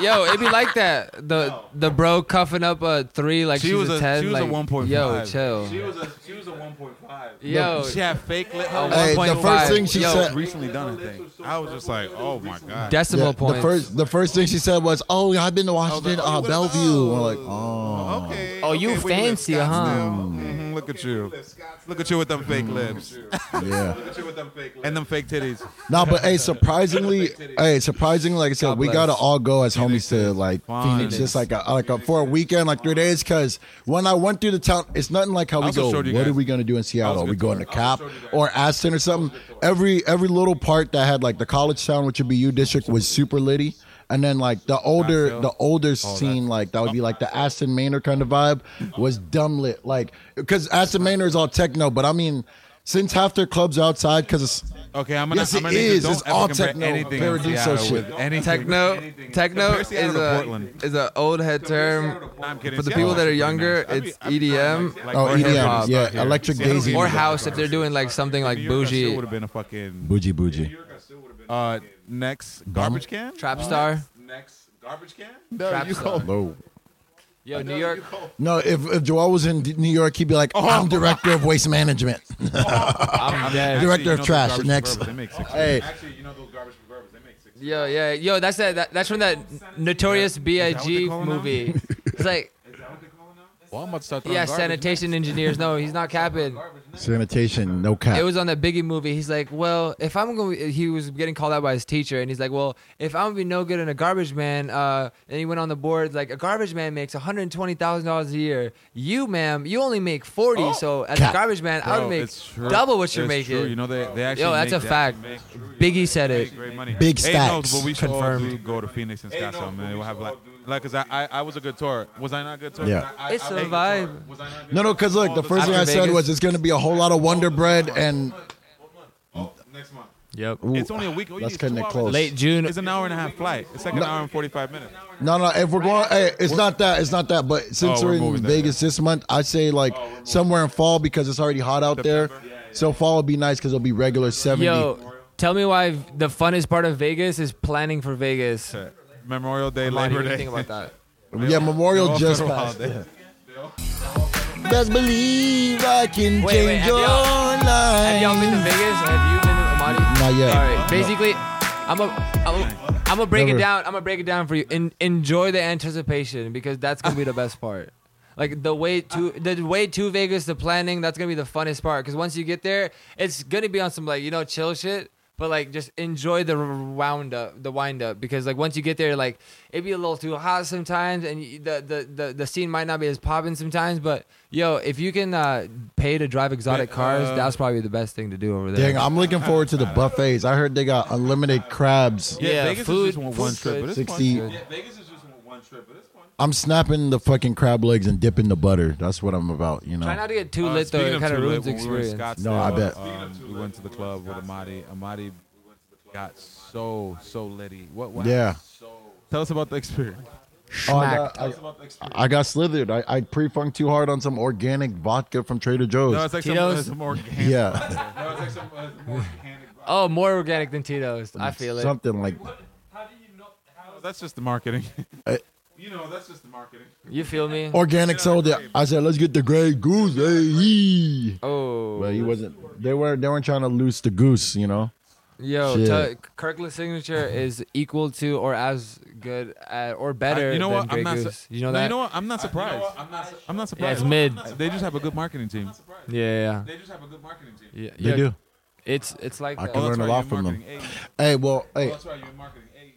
S5: yo, it'd be like that. The the bro cuffing up a three like
S3: She
S5: she's
S3: was a-
S5: ten.
S3: she was a
S5: like,
S3: 1.5.
S5: Yo, chill.
S3: was a, she was a 1.5.
S5: Yo,
S3: She had fake lip.
S4: hey, the
S5: 1.5.
S4: first thing she
S5: Yo,
S4: said,
S3: recently done it thing. I was just like, oh my god.
S5: decimal
S4: Yeah,
S5: points.
S4: The first, the first thing she said was, "Oh, yeah, I've been to Washington,
S3: oh, you
S4: uh,
S3: went-
S4: Bellevue."
S3: oh.
S4: We're like, "Oh,
S3: Okay.
S5: Oh, you
S3: okay, wait, live
S5: fancy, huh?
S3: Scottsdale.
S4: Mm-hmm.
S3: Mhm, Look at you. Look at you with them fake lips.
S4: "Oh, yeah."
S3: And them fake titties.
S4: No, but hey, surprisingly, hey, surprisingly, like I said, we
S5: bless.
S4: gotta all go as homies to like
S3: Fun.
S4: Phoenix, just like a, like a, for a weekend, like three days. Because when I went through the town, it's nothing like how we
S3: also
S4: go.
S3: showed you
S4: What
S3: guys-
S4: are we gonna do in Seattle? Are we
S3: good
S4: going to Cap or Aston or something? Every every little part that had like the college town, which would be U district, was super litty. And then like the older the
S3: Oh,
S4: older scene, like that would be like the Aston Manor kind of vibe, was dumb lit. Like because Aston Manor is all techno, but I mean. Since half their clubs outside, because it's
S3: Okay, I'm gonna.
S4: Yes,
S3: I'm
S4: it
S3: gonna need to-
S4: is.
S3: Don't
S4: It's
S3: ever
S4: all
S3: compare
S4: techno.
S3: Anything in
S4: Paradiso
S3: Seattle
S4: shit.
S3: with anything.
S5: techno, techno
S3: Compare
S5: is
S3: Seattle to
S5: a
S3: Portland.
S5: is an old head term.
S3: No, I'm kidding.
S5: For the
S3: Seattle's
S5: people that are
S3: actually
S5: younger,
S3: pretty nice.
S5: it's
S3: I'd be- I'd be
S5: EDM.
S3: kinda like-
S4: Oh,
S3: like,
S4: EDM,
S3: hip-hop
S4: yeah,
S3: out here.
S4: Electric
S3: Seattle
S4: Daisy.
S3: would
S5: Or
S3: be
S5: house
S3: like-
S5: if they're doing like something like
S3: New York, I still
S5: bougie.
S3: would have been a fucking
S4: bougie bougie.
S3: uh, next garbage can.
S5: Trap star.
S3: Next garbage can.
S5: Trap star.
S4: Low.
S5: Yo, New York.
S4: No, if if Joel was in D- New York, he'd be like,
S3: Oh.
S4: "I'm director of waste management."
S3: I'm
S4: Director of trash, next. Hey,
S3: Actually, you know those garbage reverbers. They make six.
S5: Yo, yeah, yo. That's that, that. That's from that Notorious B.I.G.
S3: call it now?
S5: movie. It's like
S3: Is that what they call it now?
S6: Well, I'm about to start throwing
S2: Yeah,
S6: garbage
S2: sanitation engineers. No, he's not capping.
S4: Sanitation, no cap.
S2: It was on that Biggie movie. He's like, well, if I'm going, to he was getting called out by his teacher, and he's like, well, if I'm gonna be no good in a garbage man, uh, and he went on the board like a garbage man makes one hundred twenty thousand dollars a year. You, ma'am, you only make forty. So as
S4: Cap.
S2: a garbage man, I
S3: Oh, Bro,
S2: would make
S3: it's true.
S2: double what you're
S3: It's
S2: making.
S3: True. You know they, they actually
S2: Yo, that's a
S3: make that.
S2: fact. Biggie said it.
S3: Make great money.
S4: Big
S3: Hey,
S4: stacks.
S3: No, but we should all
S7: Confirmed.
S3: do go to Phoenix and Scottsdale, man. We'll have like, like, cause I, I, I was a good tour. Was I not a good tour?
S4: Yeah.
S3: I, I,
S2: It's
S3: I
S2: a
S3: was good
S2: vibe.
S3: tour. Was I not a good
S4: No, no,
S3: tour?
S4: because look,
S3: All
S4: the first
S2: After
S4: thing I said
S2: Vegas?
S4: was it's going to be a whole lot of Wonder Bread and
S3: Oh, next month.
S7: Yep.
S3: It's only a week.
S4: Let's
S3: cutting
S4: connect close.
S7: Late June.
S3: It's an hour and a half flight. It's like an hour and 45 minutes.
S4: No, no. If we're going, hey, it's not that. It's not that. But since
S3: Oh, we're
S4: we're, in
S3: moving that, Oh,
S4: Vegas this month, I say like somewhere in fall because it's already hot out there. So fall would be nice because it'll be regular seventy.
S2: Yo, tell me why v- the funnest part of Vegas is planning for Vegas.
S3: Memorial Day,
S2: Why do
S3: Labor
S2: you
S3: Day.
S2: think about that?
S4: yeah, Memorial
S3: All
S4: just
S3: federal
S4: passed.
S3: holiday.
S4: Best believe I can
S2: Wait,
S4: change
S2: wait, have
S4: your
S2: y'all-
S4: life.
S2: Have y'all been to Vegas? Have you been to Amati?
S4: Not yet.
S2: All right. Basically, I'm gonna I'm gonna break
S4: Never.
S2: it down. I'm gonna break it down for you. En- enjoy the anticipation because that's gonna be the best part. Like the way to the way to Vegas, the planning. That's gonna be the funnest part because once you get there, it's gonna be on some like you know chill shit. But like, just enjoy the round up, the wind up, because like once you get there, like it'd be a little too hot sometimes, and you, the, the the the scene might not be as popping sometimes. But yo, if you can uh, pay to drive exotic cars,
S3: uh,
S2: that's probably the best thing to do over there.
S4: Dang, I'm looking forward to the buffets. I heard they got unlimited crabs.
S3: Yeah,
S2: Yeah,
S3: Vegas
S2: food-
S3: is just one, one
S2: food's
S3: trip,
S2: good.
S3: but it's
S4: Sixty.
S3: fun. Yeah, Vegas is just one trip, but it's fun.
S4: I'm snapping the fucking crab legs and dipping the butter. That's what I'm about. You know.
S2: Try not to get too
S3: Uh,
S2: lit though.
S3: speaking
S2: It
S3: of
S2: kind of
S3: too
S2: ruins
S3: lit,
S2: the
S3: when we were in
S2: experience.
S3: Scottsdale,
S4: No, I bet.
S3: um, we went to the club with Amadi. Amadi got so so litty. What? what
S4: Yeah.
S3: Tell us about the experience.
S4: Oh, I got, I, I got slithered. I, I pre-funked too hard on some organic vodka from Trader Joe's.
S3: No, it's like some,
S2: Tito's?
S3: some organic.
S4: yeah,
S3: No, it's like some uh, more organic.
S2: Oh, more organic than Tito's.
S4: Mm.
S2: I feel it.
S4: something like
S3: How do you know? How, that's just the marketing.
S4: I-
S3: you know, that's just the marketing.
S2: You feel me?
S4: organic soda. I said, let's get the Grey Goose. Hey.
S2: Oh,
S4: Well, he wasn't. They were. They weren't trying to loose the goose. You know.
S2: yo,
S4: shit.
S2: t- Kirkland's signature is equal to or as good at, or better
S3: I- you know
S2: than
S3: what?
S2: Grey
S3: I'm not. su-
S2: Goose. you know
S3: no,
S2: that?
S3: You know what? I'm not surprised. I'm not. I'm not
S2: Yeah,
S3: surprised.
S2: it's mid.
S3: They just have a good marketing team.
S2: Yeah, yeah,
S3: They just have a good marketing team.
S2: yeah.
S4: They
S2: Yeah,
S4: do.
S2: It's it's like
S4: I
S2: that.
S4: can learn a lot from them. Hey, well, hey,
S3: why you're in marketing. Hey.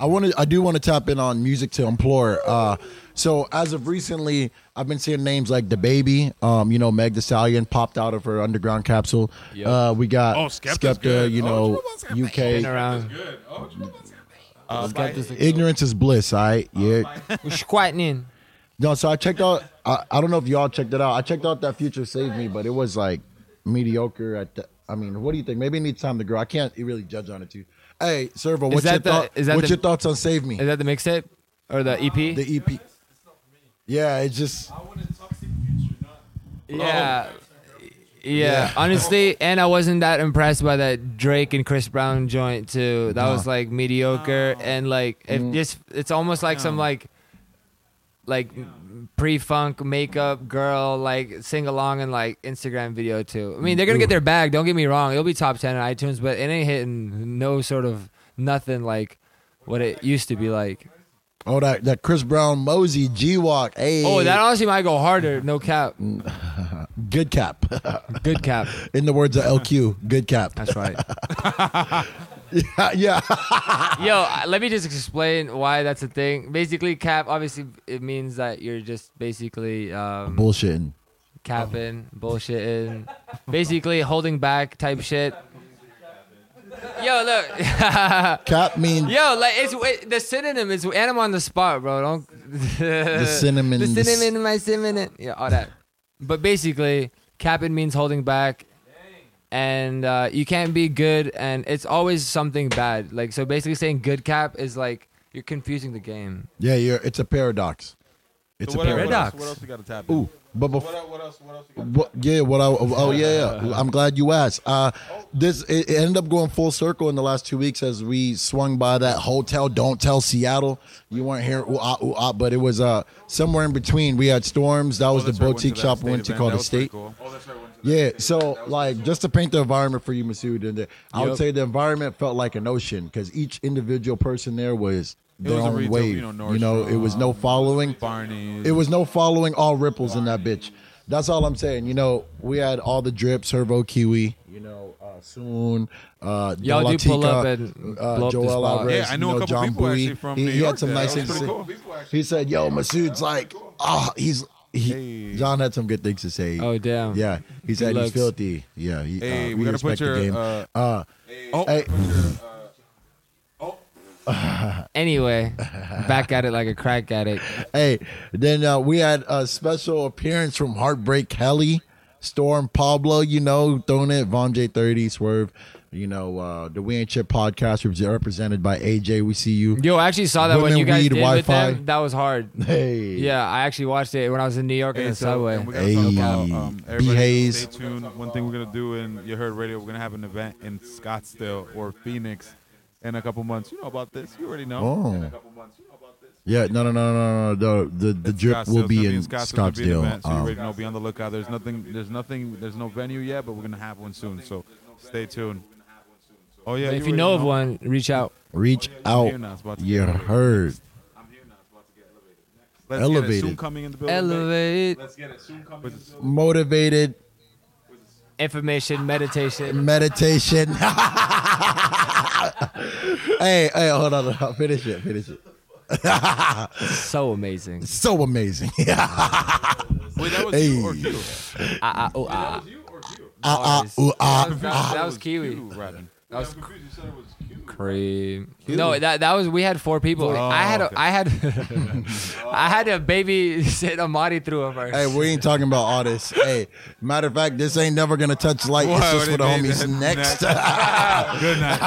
S4: I want to. I do want to tap in on music to implore. Uh, so as of recently, I've been seeing names like the baby. Um, you know, Meg The Stallion popped out of her underground capsule. Uh, we got
S6: Oh, Skepta's good.
S4: You know,
S2: Been
S4: UK.
S2: around.
S4: Ignorance is bliss. All right.
S6: Uh,
S4: Yeah.
S2: We're squatting in.
S4: No, so I checked out. I, I don't know if y'all checked it out. I checked out that Future Save Me, but it was like mediocre. At the, I mean, what do you think? Maybe it needs time to grow. I can't really judge on it too. Hey, Servo, what's your
S2: that the-
S4: thought?
S2: is that
S4: What's
S2: the-
S4: your thoughts on Save Me?
S2: Is that the mixtape or the E EP?
S4: The EP. Yeah, it's just
S2: yeah. Yeah, honestly, and I wasn't that impressed by that Drake and Chris Brown joint too. That was like mediocre and like it just it's almost like some like like pre-funk makeup girl like sing along and like Instagram video too. I mean, they're going to get their bag, don't get me wrong. It'll be top 10 on iTunes, but it ain't hitting no sort of nothing like what it used to be like.
S4: oh that that Chris Brown Mosey G Walk. Hey,
S2: Oh, that honestly might go harder, no cap.
S4: good cap.
S2: Good cap.
S4: In the words of LQ, good cap.
S2: That's right.
S4: yeah, yeah.
S2: Yo, I- let me just explain why that's a thing. Basically, cap obviously it means that you're just basically um,
S4: Bullshitting.
S2: capping, bullshitting, basically holding back type shit. Yo, look,
S4: Cap means
S2: yo, like it's it, the synonym is and I'm on the spot, bro. Don't the
S4: cinnamon,
S2: the
S4: the c-
S2: cinnamon, my cinnamon, yeah, all that. But basically, capping means holding back, and uh, you can't be good, and it's always something bad. Like so, basically, saying good cap is like you're confusing the game.
S4: yeah. You're, it's a paradox. It's
S3: So
S4: a
S3: what,
S4: paradox.
S3: what, else,
S2: paradox.
S3: what else we got to tap? in?
S4: Ooh, but before.
S3: What, el- what else? What else? We got?
S4: What, yeah, what I oh yeah, yeah. I'm glad you asked. Uh, this it, it ended up going full circle in the last two weeks as we swung by that hotel. Don't tell Seattle you weren't here, ooh, ah, ooh, ah, but it was uh somewhere in between. We had storms. That was
S3: Oh,
S4: the
S3: that's right,
S4: boutique
S3: that
S4: shop
S3: state
S4: we went to
S3: event.
S4: called
S3: That
S4: the
S3: was pretty
S4: state.
S3: cool. Oh, that's right. we went to that
S4: Yeah,
S3: state event.
S4: so
S3: That was
S4: like just to paint the environment for you, Masood, and the, I would
S2: Yep.
S4: say the environment felt like an ocean because each individual person there was their
S3: was a
S4: own
S3: retail,
S4: wave.
S3: you know, Nordstrom,
S4: you know, it was no following.
S3: Barney's.
S4: It was no following all ripples in that bitch. That's all I'm saying. You know, we had all the drip, Servo Kiwi, you know, uh, Soon, uh,
S2: Y'all
S4: Della
S2: do pull
S4: Tica,
S2: up and blow up the
S4: Joel
S2: spot.
S4: Alvarez,
S3: Yeah, I
S4: you
S3: knew a
S4: know,
S3: couple
S4: John
S3: people
S4: Bowie.
S3: actually from
S4: he,
S3: New
S4: he
S3: York
S4: had some
S3: that-
S4: nice
S3: that was
S4: things.
S3: pretty
S4: to say.
S3: cool.
S4: He said, "Yo, Masood's like, oh, he's he." John had some good things to say.
S2: Oh, damn.
S4: Yeah, he said he's
S2: looks.
S4: filthy. Yeah, he,
S3: Hey,
S4: uh,
S3: we
S4: we
S3: gotta put
S4: respect the
S3: your,
S4: game.
S3: uh,
S4: Uh,
S3: Oh,
S4: hey,
S2: Anyway, back at it like a crack addict.
S4: Hey, then uh, we had a special appearance from Heartbreak Kelly, Storm Pablo, you know, throwing it, Von J30, Swerve, you know, uh, the We Ain't Shit podcast was represented by AJ. We see you.
S2: Yo, I actually saw that when
S4: Women,
S2: you guys
S4: weed,
S2: did with
S4: Wi-Fi.
S2: them. That was hard.
S4: Hey.
S2: Yeah, I actually watched it when I was in New York on
S3: Hey,
S2: the
S3: so, and
S2: subway.
S3: we gotta talk about,
S4: Hey,
S3: um,
S4: B.
S3: everybody
S4: Hayes.
S3: Stay tuned. One thing we're gonna uh, do, and you heard radio, we're gonna have an event in Scottsdale or Phoenix in a couple months. You know about this? You already know.
S4: Oh.
S3: In a couple months, you know about this.
S4: Yeah, no, no, no, no, no, no. The the, the drip
S3: Scottsdale's
S4: will be
S3: gonna
S4: in
S3: Scottsdale's gonna be an
S4: Scottsdale.
S3: event, so you already
S4: Um,
S3: know. Be on the lookout. There's nothing. There's nothing. There's no venue yet, but we're gonna have one soon. So stay tuned. Oh yeah.
S2: If
S3: already
S2: you know of one, reach out.
S4: reach
S3: I'm here
S4: out.
S3: now. It's about to
S4: You
S3: get elevated.
S4: heard.
S3: I'm here now. It's about to get elevated. Let's get it.
S4: Elevated.
S3: Soon coming in the building. baby.
S2: Elevate
S3: Let's get it. Soon coming in the building.
S4: Motivated
S2: information, meditation.
S4: meditation. hey, hey, hold on. hold on. Finish it. Finish it.
S2: So amazing.
S4: So amazing.
S3: Wait, that was
S4: Hey.
S3: you or Q?
S2: Ah, ah, oh, ah.
S3: You or Q?
S4: Ah, ah, ooh, ah.
S2: That was- That was
S3: Q,
S2: Kiwi.
S3: Robin.
S2: That was
S3: I'm confused. You said it was Q.
S2: cream. No, that that was we had four people.
S3: Oh,
S2: I had
S3: okay.
S2: a, I had I had a baby sit Amadi through of her.
S4: Hey, we ain't talking about all this. Hey, matter of fact, this ain't never gonna touch light.
S3: Why would
S4: it's just for
S3: it
S4: the
S3: be
S4: homies.
S3: that
S4: Next,
S3: Good night.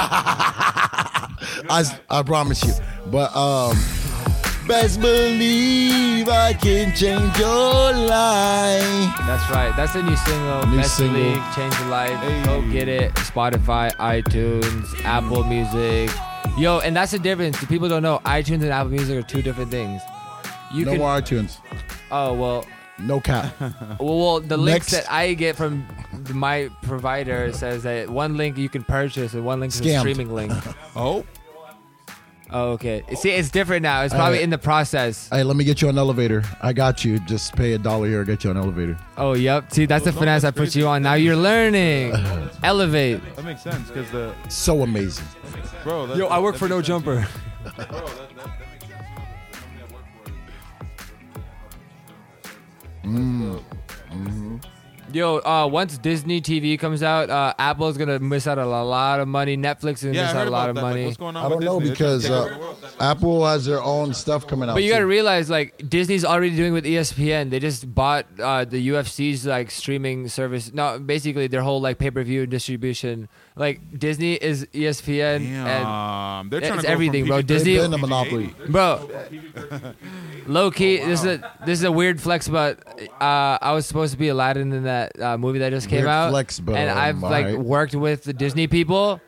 S4: I, s- I promise you. But um, best believe I can change your life.
S2: That's right. That's the new single.
S4: New
S2: New Best
S4: single.
S2: League, Change Your Life. Go get it. Spotify, iTunes, Apple Music. Yo, and that's the difference. The people don't know iTunes and Apple Music are two different things. You
S4: No
S2: can.
S4: more iTunes.
S2: Oh well,
S4: No cap.
S2: well, well, the links
S4: Next.
S2: that I get from my provider says that one link you can purchase and one link is
S4: Scammed.
S2: a streaming link.
S3: Oh,
S2: Oh, okay. See, it's different now. It's probably
S4: Hey.
S2: in the process.
S4: hey, let me get you an elevator. I got you. Just pay a dollar here. I'll Get you an elevator.
S2: Oh, yep. See, that's the
S3: no,
S2: finesse I
S3: that's
S2: put
S3: crazy.
S2: you on. Now you're learning. Elevate.
S3: that makes sense because the
S4: So amazing.
S3: bro. That, that makes sense.
S2: Jumper.
S3: Bro, that, that, that makes sense. The company I work for is-
S2: Yo, uh, once Disney TV comes out, uh, Apple's gonna miss out on a lot of money. Netflix is gonna
S3: Yeah, I
S2: miss
S3: heard
S2: out a lot
S3: about
S2: of
S3: that. Like,
S2: money.
S3: what's going on
S4: I
S3: with
S4: don't know
S3: Disney?
S4: because
S3: They're trying to take over the
S4: uh,
S3: world.
S4: Apple has their own stuff coming out.
S2: but you gotta
S4: too.
S2: realize, like Disney's already doing with E ESPN. They just bought uh, the UFC's like streaming service. No, basically their whole like pay per view distribution. Like Disney is E ESPN,
S3: Damn, they're
S2: it's
S3: trying to go
S2: everything,
S3: from
S2: bro.
S3: PG-13
S2: Disney-
S4: They've
S2: They've
S4: been a monopoly.
S2: and bro, low key. This is a this is a weird flex, but uh, I was supposed to be Aladdin in that uh, movie that just came
S4: Weird
S2: out,
S4: flex, but,
S2: and
S4: um,
S2: I've like
S4: alright.
S2: worked with the Disney people.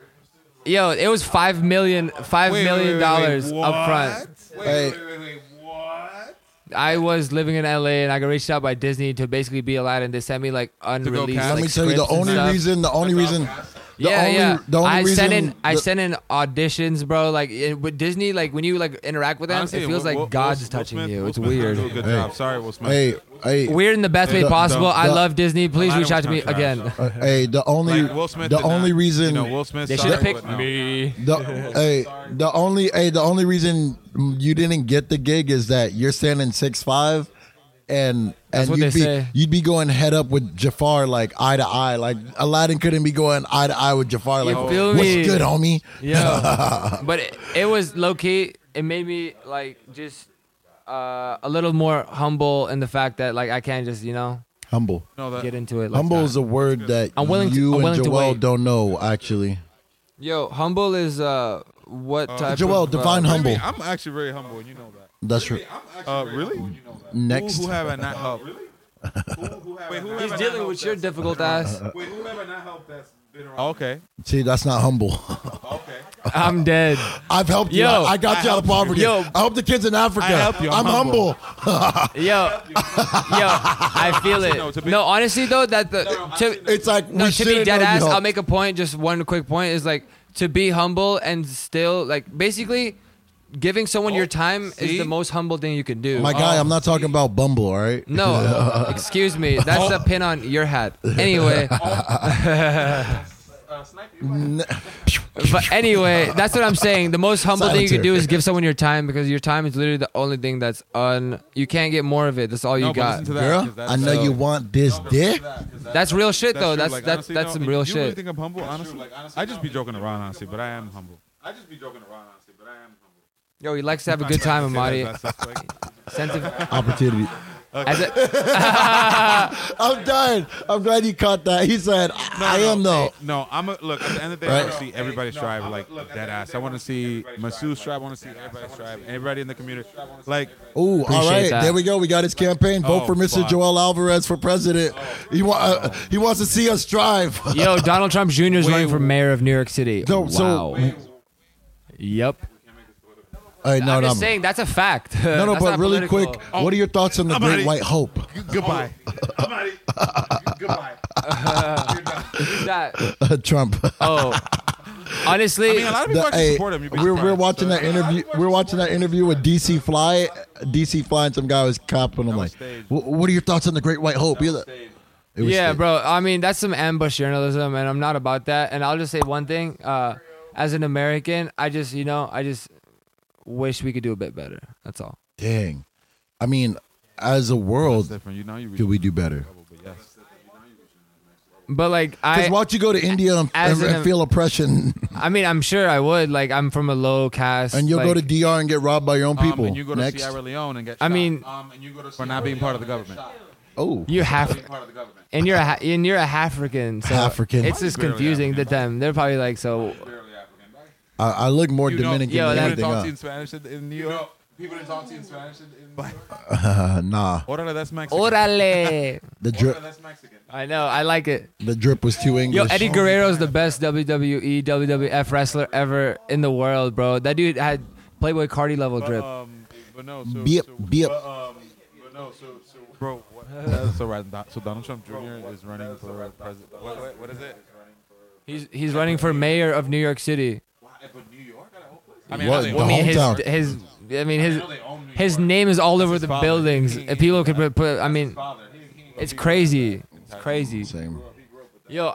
S2: Yo, it was five million five
S3: Wait,
S2: million
S3: wait, wait, wait,
S2: dollars
S3: what?
S2: up front.
S3: Wait,
S4: Hey.
S3: wait, wait, wait, what?
S2: I was living in LA and I got reached out by Disney to basically be Aladdin. They sent me like unreleased.
S3: cast?
S2: like,
S4: Let me tell you, the
S2: scripts and
S4: only
S2: stuff.
S4: reason, the only
S3: That's
S4: reason, the
S2: yeah,
S4: only,
S2: yeah.
S4: the only
S2: I
S4: reason,
S2: sent in I
S4: the-
S2: sent in auditions, bro. Like it, with Disney, like when you like interact with them,
S3: Honestly,
S2: it feels
S3: Will-
S2: like
S3: Will-
S2: God's
S3: Will
S2: touching
S3: Smith-
S2: you.
S3: Will
S2: it's
S3: Smith
S2: weird.
S3: do a good
S4: Hey.
S3: job. Sorry, Will Smith.
S4: Hey, hey,
S2: Weird in the best way
S4: The-
S2: possible.
S4: the-
S2: I
S4: the-
S2: love Disney. Please
S3: Aladdin
S2: reach out to me
S3: was
S2: again.
S3: kinda
S4: uh, hey, the only,
S3: Like, Will Smith
S4: the
S3: did not-
S4: only reason,
S3: you know, Will Smith.
S2: They should
S3: sucked,
S2: have picked
S3: but no.
S2: me.
S4: the, hey, the only, hey, the only reason you didn't get the gig is that you're standing six five, and and
S2: what
S4: you'd
S2: they
S4: be
S2: say.
S4: you'd be going head up with Jafar like eye to eye, like Aladdin couldn't be going eye to eye with Jafar like,
S2: feel
S4: what's
S2: me?
S4: good, homie?
S2: Yeah. but it, it was low key. It made me like just uh, a little more humble in the fact that like I can't just you know
S4: Humble,
S3: No, that,
S2: get into it. Like
S4: humble
S2: that.
S4: is a word that
S2: I'm willing to-
S4: you
S2: I'm willing
S4: and
S2: to
S4: Joel
S2: wait.
S4: don't know actually.
S2: Yo, humble is uh what type?
S4: Joel,
S2: of,
S4: define
S2: uh,
S3: What do you
S4: humble.
S3: mean? I'm actually very humble, and you know that.
S4: That's right.
S3: Uh, really?
S4: Next.
S3: Who, who have I not helped? Wait, who
S2: He's
S3: have I not
S2: dealing
S3: helped
S2: with your
S3: that's-
S2: difficult ass.
S3: Wait, who have I not helped that's been around? Okay,
S4: See, that's not humble.
S3: okay.
S2: I'm dead.
S4: I've helped you.
S2: Yo.
S4: I, I got you out of poverty.
S2: Yo.
S4: I help the kids in Africa.
S3: I help you.
S4: I'm
S3: I'm
S4: humble.
S3: humble.
S2: Yo, yo, I feel it.
S3: No, to be-
S2: No, honestly though, that the to,
S4: It's like
S2: no,
S4: we
S2: to be
S4: shouldn't
S2: dead
S4: know you
S2: ass,
S4: help.
S2: I'll make a point. Just one quick point is like to be humble and still like basically giving someone
S3: Oh,
S2: your time
S8: see?
S2: is the most humble thing you can do.
S4: Oh My guy, I'm not talking about Bumble, all right?
S2: No, excuse me. That's
S4: Oh.
S2: a pin on your hat. Anyway, but anyway, that's what I'm saying. The most humble thing you can do is give someone your time because your time is literally the only thing that's on. You can't get more of it. That's all you
S3: No, but
S2: got.
S3: listen to that, 'cause
S4: Girl,
S3: that's-
S4: I know
S3: uh,
S4: you want this dick.
S2: That's real shit
S3: That's
S2: though.
S3: true.
S2: That's
S3: Like,
S2: that's
S3: honestly,
S2: that's
S3: no,
S2: some
S3: if
S2: real
S3: you
S2: shit.
S3: Really think I'm humble? Honestly, like, honestly, I just be joking around, honestly, but I am humble. I just be joking around, honestly, but I am humble.
S2: Yo, he likes to have a good time, Amadi. Sensitive-
S4: Opportunity.
S2: As a-
S4: I'm dying. I'm glad you caught that. He said, I am though.
S3: No, I'm a look. At the end of the day, I
S4: Right.
S3: want to see everybody strive like dead ass. I want to see Masu strive. I want to see everybody strive. Everybody in the community, like
S4: Ooh, all
S2: Appreciate
S4: right.
S2: that.
S4: There we go. We got his campaign. Vote
S3: Oh,
S4: for Mr.
S3: fuck.
S4: Joel Alvarez for president.
S2: Oh,
S4: He wa- uh, he wants to see us strive.
S2: Yo, Donald Trump Jr. is
S3: Wait,
S2: running for
S3: wait.
S2: mayor of New York City.
S4: No, so-
S2: wow. yep.
S4: All right, no,
S2: I'm
S4: no,
S2: just saying that's Oh. a fact.
S4: no, no. But really quick, what are your thoughts on the Great White Hope?
S3: goodbye. goodbye.
S4: uh, Trump.
S2: Oh, honestly,
S3: I mean, a lot of
S4: The-
S3: people actually
S4: hey,
S3: support him. You'd be
S4: we're, we're
S3: surprised.
S4: watching that interview. We're watching that interview with DC Fly. DC Fly and some guy was cop, and I'm like,
S3: was staged.
S4: "Wh- "What are your thoughts on the Great White Hope?" He's like- It was
S2: yeah,
S4: staged.
S2: bro. I mean, that's some ambush journalism, and I'm not about that. And I'll just say one thing: uh, as an American, I just, you know, I just wish we could do a bit better. That's all.
S4: Dang, I mean, as a world,
S3: Different, you know, you
S4: could we do better?
S3: but yes.
S2: But like, I,
S4: Because why don't you go to India and,
S2: as
S4: and-
S2: an-
S4: and feel oppression,
S2: I mean, I'm sure I would. Like, I'm from a low caste,
S4: and you'll go to
S2: like-
S4: DR and get robbed by your own people?
S3: Um, and you go to
S4: Next,
S3: Sierra Leone and get.
S2: I
S3: shot.
S2: mean-
S3: um, and you go to for not being part of the government.
S4: oh,
S2: you have,
S3: Part of the government.
S2: and you're a, ha- and you're a African. So
S4: African.
S2: It's just
S3: Barely
S2: confusing to
S3: African.
S2: them. They're probably like, so
S3: Barely African. Right?
S4: I, I look more
S3: You know-
S4: Dominican
S2: yo,
S4: than
S2: that-
S4: anything.
S3: talk to you in
S4: Else.
S3: Spanish in- in New York. People didn't talk to you in Spanish in New York.
S4: Uh, nah,
S3: Orale, that's Mexican.
S2: orale.
S4: the drip,
S3: that's Mexican.
S2: I know. I like it.
S4: the drip was too English.
S2: Yo, Eddie Guerrero's the best E, WWE, WWF wrestler ever in the world, bro. That dude had Playboy Cardi level drip.
S3: Um, but no, so,
S4: Beep,
S3: so,
S4: beep.
S3: But, um, but no, so, so bro, what, that's all right. So Donald Trump Jr. is running for president. What, what, what is it?
S2: He's he's running for mayor of New York City.
S3: But New York, I
S4: I mean, what, the
S2: I mean his
S4: hometown.
S2: his I mean his
S3: know they own New
S2: his name is all over the buildings. If people could put, put I mean
S3: father. He, he,
S2: it's crazy. It's crazy.
S4: Same.
S2: Yo,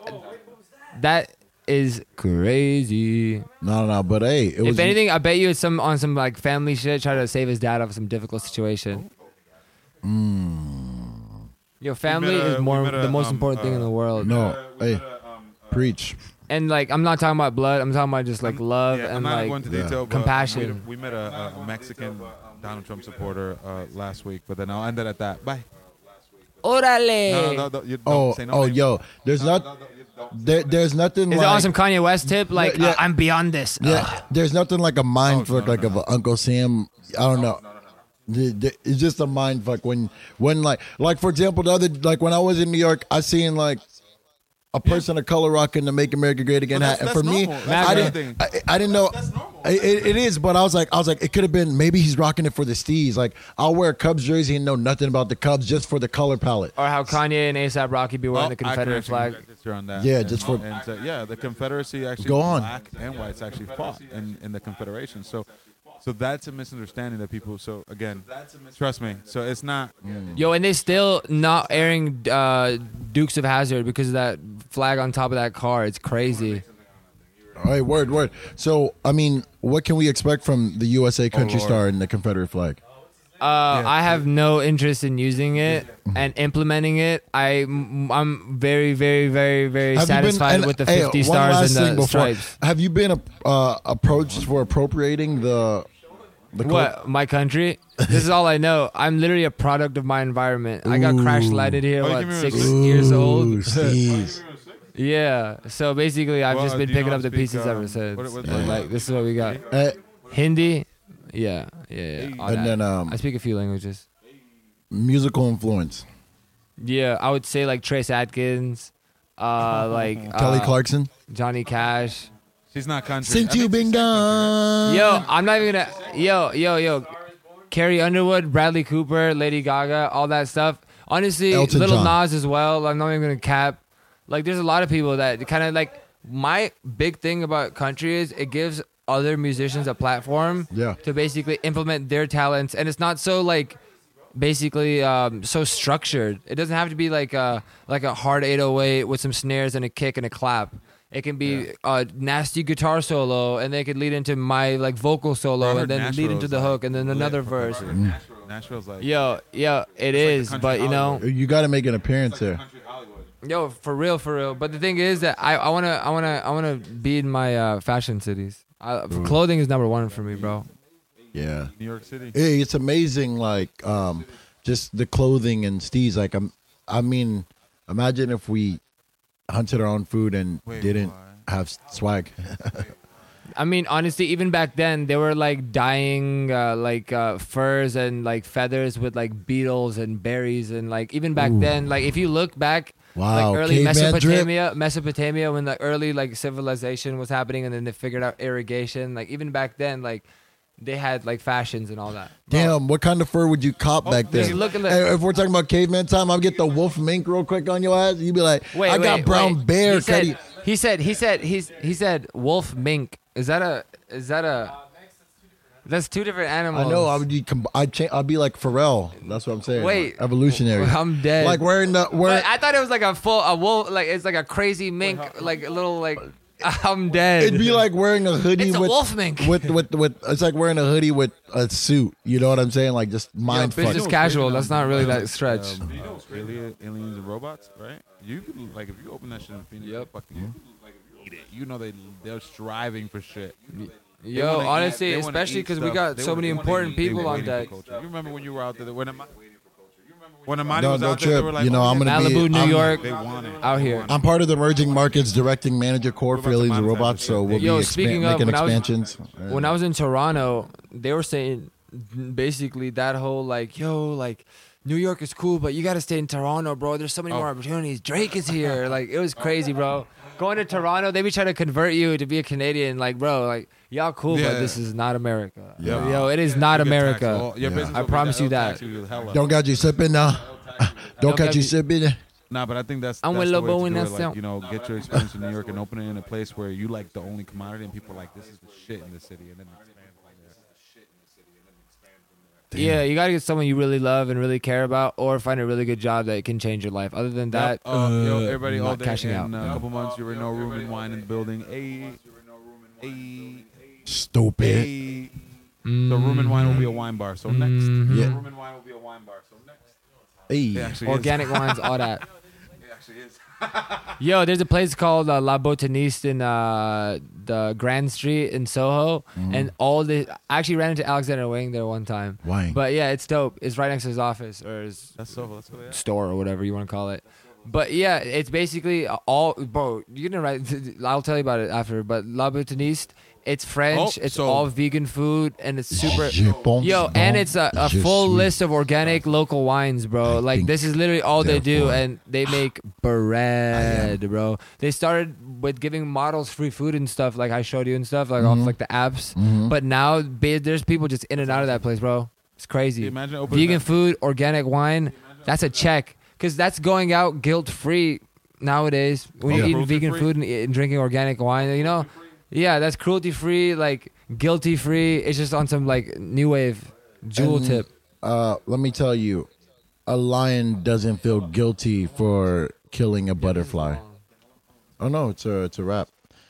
S2: that is crazy.
S4: No, no, but hey, it was.
S2: If anything, I bet you it's some on some like family shit, try to save his dad out of some difficult situation. Your family
S3: a-
S2: is
S3: we
S2: more
S3: met a,
S2: the most
S3: um,
S2: important thing in the world.
S4: Hmm.
S3: uh,
S4: no, Oh, hey, preach.
S2: And like I'm not talking about blood, I'm talking about just like love
S3: Mm. yeah, I'm
S2: and
S3: not
S2: like
S3: going into detail. But um,
S2: compassion.
S3: We, we met a, a Mexican Donald Trump supporter uh, last week, but then I'll end it at that. Bye.
S2: Orale.
S3: No, no, no, no, you don't
S4: Oh,
S3: say no
S4: oh,
S3: names.
S4: yo, there's not, there, there's nothing
S2: Is
S4: like,
S2: it on some Kanye West tip? Like
S4: yeah.
S2: I- I'm beyond this.
S4: yeah,
S2: Ugh.
S4: there's nothing like a mind
S3: Oh, no,
S4: fuck like
S3: no,
S4: of a Uncle Sam. I don't know. The- the- It's just a mind fuck when, when like, like for example, the other, like when I was in New York, I seen like a person of color rocking the "Make America Great Again"
S3: Well,
S4: hat, and
S3: that's-
S4: for
S3: that's
S4: me,
S3: normal. That's
S4: I
S3: everything.
S4: didn't, I, I didn't know.
S3: That's normal.
S4: It, it- it is, but I was like, I was like, it could have been maybe he's rocking it for the steez. Like I'll wear a Cubs jersey and know nothing about the Cubs just for the color palette.
S2: Or how Kanye and ASAP Rocky be wearing
S3: Oh,
S2: the
S3: I can
S2: Confederate
S3: actually
S2: flag.
S3: get you on that.
S4: Yeah,
S3: And-
S4: just for-
S3: and, uh, yeah, the Confederacy actually
S4: Go on.
S3: black and whites actually fought in, in the Confederation. So, so that's a misunderstanding that people. So again, trust me. So it's not.
S2: Yo, and they still not airing uh, Dukes of Hazard because of that flag on top of that car. It's crazy.
S4: All right, word, word. So, I mean, what can we expect from the USA
S3: Oh,
S4: country
S3: Lord.
S4: star and the Confederate flag?
S2: Uh, I have no interest in using it
S4: Mm-hmm.
S2: and implementing it. I I'm very very very very
S4: Have you been-
S2: satisfied
S4: and,
S2: with the
S4: hey,
S2: 50
S4: one last
S2: stars
S4: thing
S2: and the
S4: before-
S2: stripes.
S4: Have you been uh, approached for appropriating the the col-
S2: What my country? This is all I know. I'm literally a product of my environment. I got crash lighted here
S3: Oh, you
S2: at
S3: give me a
S2: six
S3: receipt?
S2: years
S4: Ooh,
S2: old.
S4: Oh, jeez.
S2: Yeah. So basically, I've
S3: Well,
S2: just
S3: uh,
S2: been
S3: do you
S2: picking
S3: not
S2: up the
S3: speak,
S2: pieces
S3: um,
S2: ever since.
S3: what- what-
S2: And, like this is what we got.
S4: Uh,
S2: Hindi. Yeah. Yeah. yeah all
S4: And
S2: that.
S4: then, um,
S2: I speak a few languages.
S4: musical influence.
S2: Yeah, I would say like Trace Atkins, uh, like uh,
S4: Kelly Clarkson.
S2: Johnny Cash.
S3: She's not country.
S4: Since
S3: I mean,
S4: you've been gone.
S2: Yo, I'm not even gonna. Yo, yo, yo. Carrie Underwood, Bradley Cooper, Lady Gaga, all that stuff. Honestly,
S4: Elton
S2: Little
S4: John.
S2: Nas as well. I'm not even gonna cap. Like, there's a lot of people that kind of like my big thing about country is it gives other musicians a platform
S4: Yeah.
S2: to basically implement their talents and it's not so like basically um, so structured it doesn't have to be like a like a hard 808 with some snares and a kick and a clap it can be a nasty guitar solo and then it could lead into my like vocal
S3: I
S2: solo
S3: heard
S2: and then
S3: Nashville
S2: lead into
S3: is,
S2: the
S3: like,
S2: hook and then
S3: lit
S2: another
S3: for
S2: verse
S3: Nashville. Nashville- Nashville's like
S2: yo yo it
S3: the
S2: is
S3: country
S2: but you know
S3: Hollywood.
S4: You got to make an appearance
S3: it's like
S4: here.
S3: country Hollywood.
S2: Yo, for real, for real. But the thing is that I, I wanna, I wanna, I wanna be in my uh, fashion cities. I, clothing is number one for me, bro.
S4: Yeah.
S3: New York City.
S4: Hey, it's amazing like um just the clothing and steez like I'm I mean imagine if we hunted our own food and
S3: Wait,
S4: didn't
S3: what?
S4: have s- swag.
S2: I mean, honestly, even back then, they were like dyeing uh, like uh, furs and like feathers with like beetles and berries and like even back then, like if you look back,
S4: Wow,
S2: like early
S4: caveman drip.
S2: Mesopotamia, Mesopotamia, when the early like civilization was happening, and then they figured out irrigation. Like even back then, like they had like fashions and all that. Bro,
S4: Damn, what kind of fur would you cop
S2: did
S4: back then?
S2: you Oh, look at the-
S4: Hey, if we're talking about caveman time, I'll get the wolf mink real quick on your ass. You'd be like, I got brown
S2: wait.
S4: bear.
S2: He
S4: Cuddy.
S2: said, he said. He said. He's. He said. Wolf mink. Is that a? Is that a? That's two different animals.
S4: I know. I would be. com- I'd, cha- I'd be like Pharrell. That's what I'm saying.
S2: Wait.
S4: evolutionary.
S2: I'm dead.
S4: Like wearing the wearing.
S2: But I thought it was like a full a wolf. Like it's like a crazy mink. like a little like. I'm dead.
S4: It'd be like wearing a hoodie
S2: It's a
S4: with
S2: wolf mink.
S4: With, with with it's like wearing a hoodie with a suit. You know what I'm saying? Like just mind fuck.
S2: business casual. That's not really that stretch.
S3: Do you know it's alien, aliens and robots, right? You could, like if you open that shit in Phoenix,
S2: Yep.
S3: fucking, you could, like, if you eat it. You know they they're striving for shit. They
S2: Yo,
S3: wanna eat-
S2: honestly,
S3: they wanna
S2: especially
S3: eat
S2: because we
S3: stuff.
S2: got
S3: They
S2: so
S3: wanna-
S2: many
S3: they wanna
S2: important
S3: eat- they
S2: people on
S3: waiting for
S2: deck.
S3: culture. You remember when you were out there when Amani, when Amani
S4: No,
S3: was
S4: no
S3: out there,
S4: trip.
S3: they were like,
S4: you know,
S3: oh,
S4: I'm
S3: yeah,
S4: gonna be
S2: Malibu, New
S4: I'm-
S2: York.
S3: They want it
S2: out
S3: They
S2: here.
S3: want it.
S4: I'm part of the emerging markets directing manager core
S3: about to
S4: feelings and
S3: monetize
S4: robots,
S3: this
S4: so
S3: shit?
S4: we'll
S2: Yo,
S4: be
S2: speaking
S4: expan-
S2: of,
S4: making
S2: when I was-
S4: expansions.
S2: when I was in Toronto, they were saying basically that whole like, yo, like New York is cool, but you got to stay in Toronto, bro. There's so many
S3: Oh.
S2: more opportunities. Drake is here. Like it was crazy, bro. Going to Toronto, they be trying to convert you to be a Canadian. Like, bro, like y'all cool,
S3: Yeah.
S2: but this is not America.
S4: Yeah.
S2: Yo, it is not
S3: You get taxed
S2: America.
S3: all- your
S4: Yeah.
S3: business
S2: I
S3: will be
S2: promise
S3: taxed-
S2: you
S3: they'll
S2: that.
S3: tax you hella.
S4: don't got you sipping now. Don't got
S2: got
S4: you
S2: me-
S4: sipping.
S3: Nah, but I think that's
S2: I'm
S3: that's
S2: with
S3: the
S2: Lil
S3: way
S2: Bo
S3: to
S2: and
S3: do it,
S2: that's
S3: like,
S2: out.
S3: you know, get your experience in New York and open it in a place where you like the only commodity and people are like this is the shit in the city and then expand like this.
S2: Yeah, you got to get someone you really love and really care about, or find a really good job that can change your life. Other than that,
S3: Yep. Uh, yo, everybody
S2: not
S3: all day
S2: cashing
S3: in
S2: out.
S3: uh, a couple months. You were no room and wine in the building. A, a,
S4: Stupid.
S3: a. So room and wine will be a wine bar. So next,
S4: Mm-hmm. Yeah.
S3: room and wine will be a wine bar. So next,
S4: Hey.
S3: it actually
S2: organic wines, all that.
S3: Is. It actually is.
S2: Yo, there's a place called uh, La Botaniste in uh, the Grand Street in Soho,
S3: Mm-hmm.
S2: and all the I actually ran into Alexander Wang there one time.
S4: Wang.
S2: But yeah, it's dope. It's right next to his office or his
S3: That's so. That's what they are.
S2: store or whatever you want to call it. But yeah, it's basically all bro. You're gonna write. I'll tell you about it after. But La Botaniste, it's French.
S3: Oh,
S2: it's
S3: so-
S2: all vegan food, and it's super.
S4: Je pense
S2: Yo, and it's a, a
S4: je
S2: full
S4: suis.
S2: list of organic local wines, bro.
S4: I
S2: like
S4: think
S2: this is literally all they do,
S4: therefore
S2: and they make bread, bro. They started with giving models free food and stuff, like I showed you and stuff, like
S4: Mm-hmm.
S2: off like the apps. But now ba- there's people just in and out of that place, bro. It's crazy.
S3: Imagine opening
S2: Vegan
S3: that-
S2: food, organic wine. That's a check, cause that's going out guilt free nowadays. When
S3: Oh,
S2: you
S3: yeah.
S2: eat
S3: Cruelty
S2: vegan
S3: free?
S2: food and, eat- and drinking organic wine, you know. Yeah, that's cruelty free, like guilty free. It's just on some like new wave jewel
S4: And,
S2: tip.
S4: Uh, let me tell you, a lion doesn't feel guilty for killing a butterfly. Oh no, it's a it's a wrap.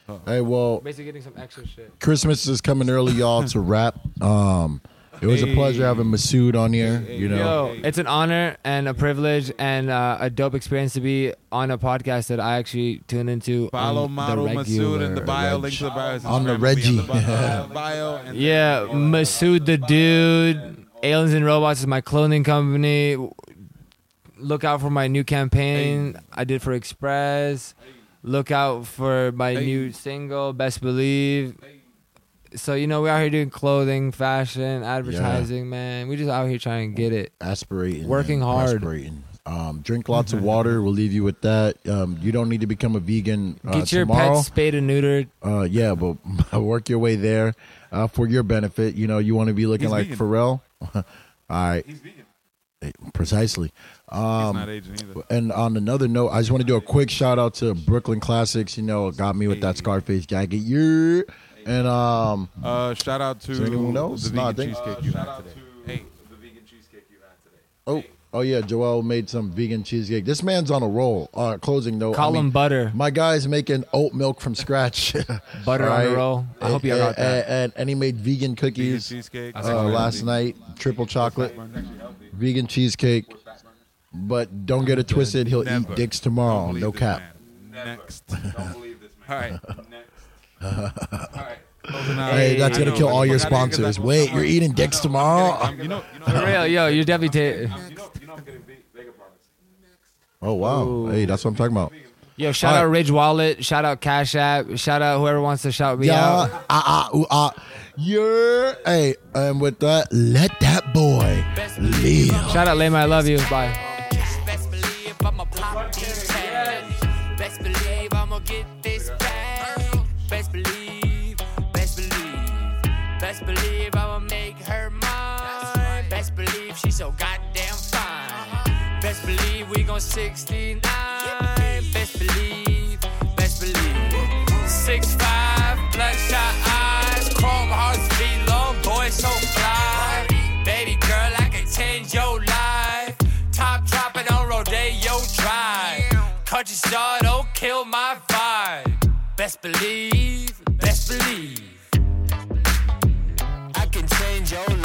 S2: Uh-huh.
S4: Hey, well,
S2: Basically, getting some extra shit.
S4: Christmas is coming early, y'all. It's a wrap. Um, it was a pleasure having Masood on here. You know,
S2: Yo, it's an honor and a privilege and uh, a dope experience to be on a podcast that I actually tune into.
S3: Follow
S2: on
S3: model
S2: the
S3: Masood in the
S2: regular.
S3: bio. Link to the bio. is
S4: On
S3: Instagram,
S4: the
S3: will be in
S4: Reggie.
S3: bi- uh, bio and
S2: Yeah, Masood the dude. Aliens and Robots is my clothing company. Look out for my new campaign I did for Express. Look out for my
S3: Hey.
S2: new single, Best Believe. So you know we're out here doing clothing, fashion, advertising, man. We just out here trying to get it.
S4: aspirating,
S2: Working
S4: man,
S2: hard.
S4: aspirating. Um, drink lots of water. We'll leave you with that. Um, you don't need to become a vegan uh,
S2: Get your
S4: tomorrow.
S2: pets spayed and neutered.
S4: Uh, yeah, but work your way there uh, for your benefit. You know, you want to be looking
S3: He's
S4: like
S3: vegan.
S4: Pharrell. All right, Eh,
S3: He's vegan.
S4: precisely.
S3: He's
S4: Um,
S3: not aging either.
S4: and on another note, I just want to do a quick shout out to Brooklyn Classics. You know, got me with that Scarface jacket. Yeah. And um,
S3: Uh, shout out to
S4: Does anyone else?
S3: the vegan
S4: No, I think-
S3: cheesecake you had today. Hey,
S4: oh, oh yeah, Joel made some vegan cheesecake. This man's on a roll. Uh, closing though.
S5: Call him butter.
S4: My guy's making oat milk from scratch. Eh,
S5: Butter on the roll. I hope y'all got that.
S4: And, and, and he made
S3: vegan
S4: vegan cookies
S3: cheesecake.
S4: uh, last night. Triple chocolate, vegan cheesecake. But don't get it twisted. He'll
S3: Never.
S4: eat dicks
S3: Don't
S4: tomorrow.
S3: believe
S4: Oh, No
S3: this
S4: cap.
S3: man. Next.
S5: All right.
S4: Hey, that's gonna
S3: I know,
S4: kill
S3: but
S4: all your
S3: I didn't get
S4: sponsors.
S3: that-
S4: Wait, you're eating dicks tomorrow?
S3: You know, you know,
S5: For real, yo, you definitely. ta-
S3: you know, you know I'm getting big- bigger products.
S4: Oh wow. Hey, that's what I'm talking about.
S5: Yo, shout
S4: All
S5: out
S4: right.
S5: Ridge Wallet. Shout out Cash App. Shout out whoever wants to shout me
S4: Yeah.
S5: out.
S4: Ah ah ooh ah. Yeah. Hey, and with that, let that boy live.
S5: Shout out Lema. I love you. Bye.
S9: Best believe I'ma pop these tags. Best believe I'ma get this bag. Best believe, best believe, best believe I'ma make her mine. Best believe she's so goddamn fine. Best believe we gon' 69. Best believe, best believe. Six five, bloodshot eyes, chrome hearts, feet long, boy so fly. Baby girl, I can change your life. Top dropping on Rodeo Drive. Country star, don't kill my vibe. Best believe, best believe. I can change your life.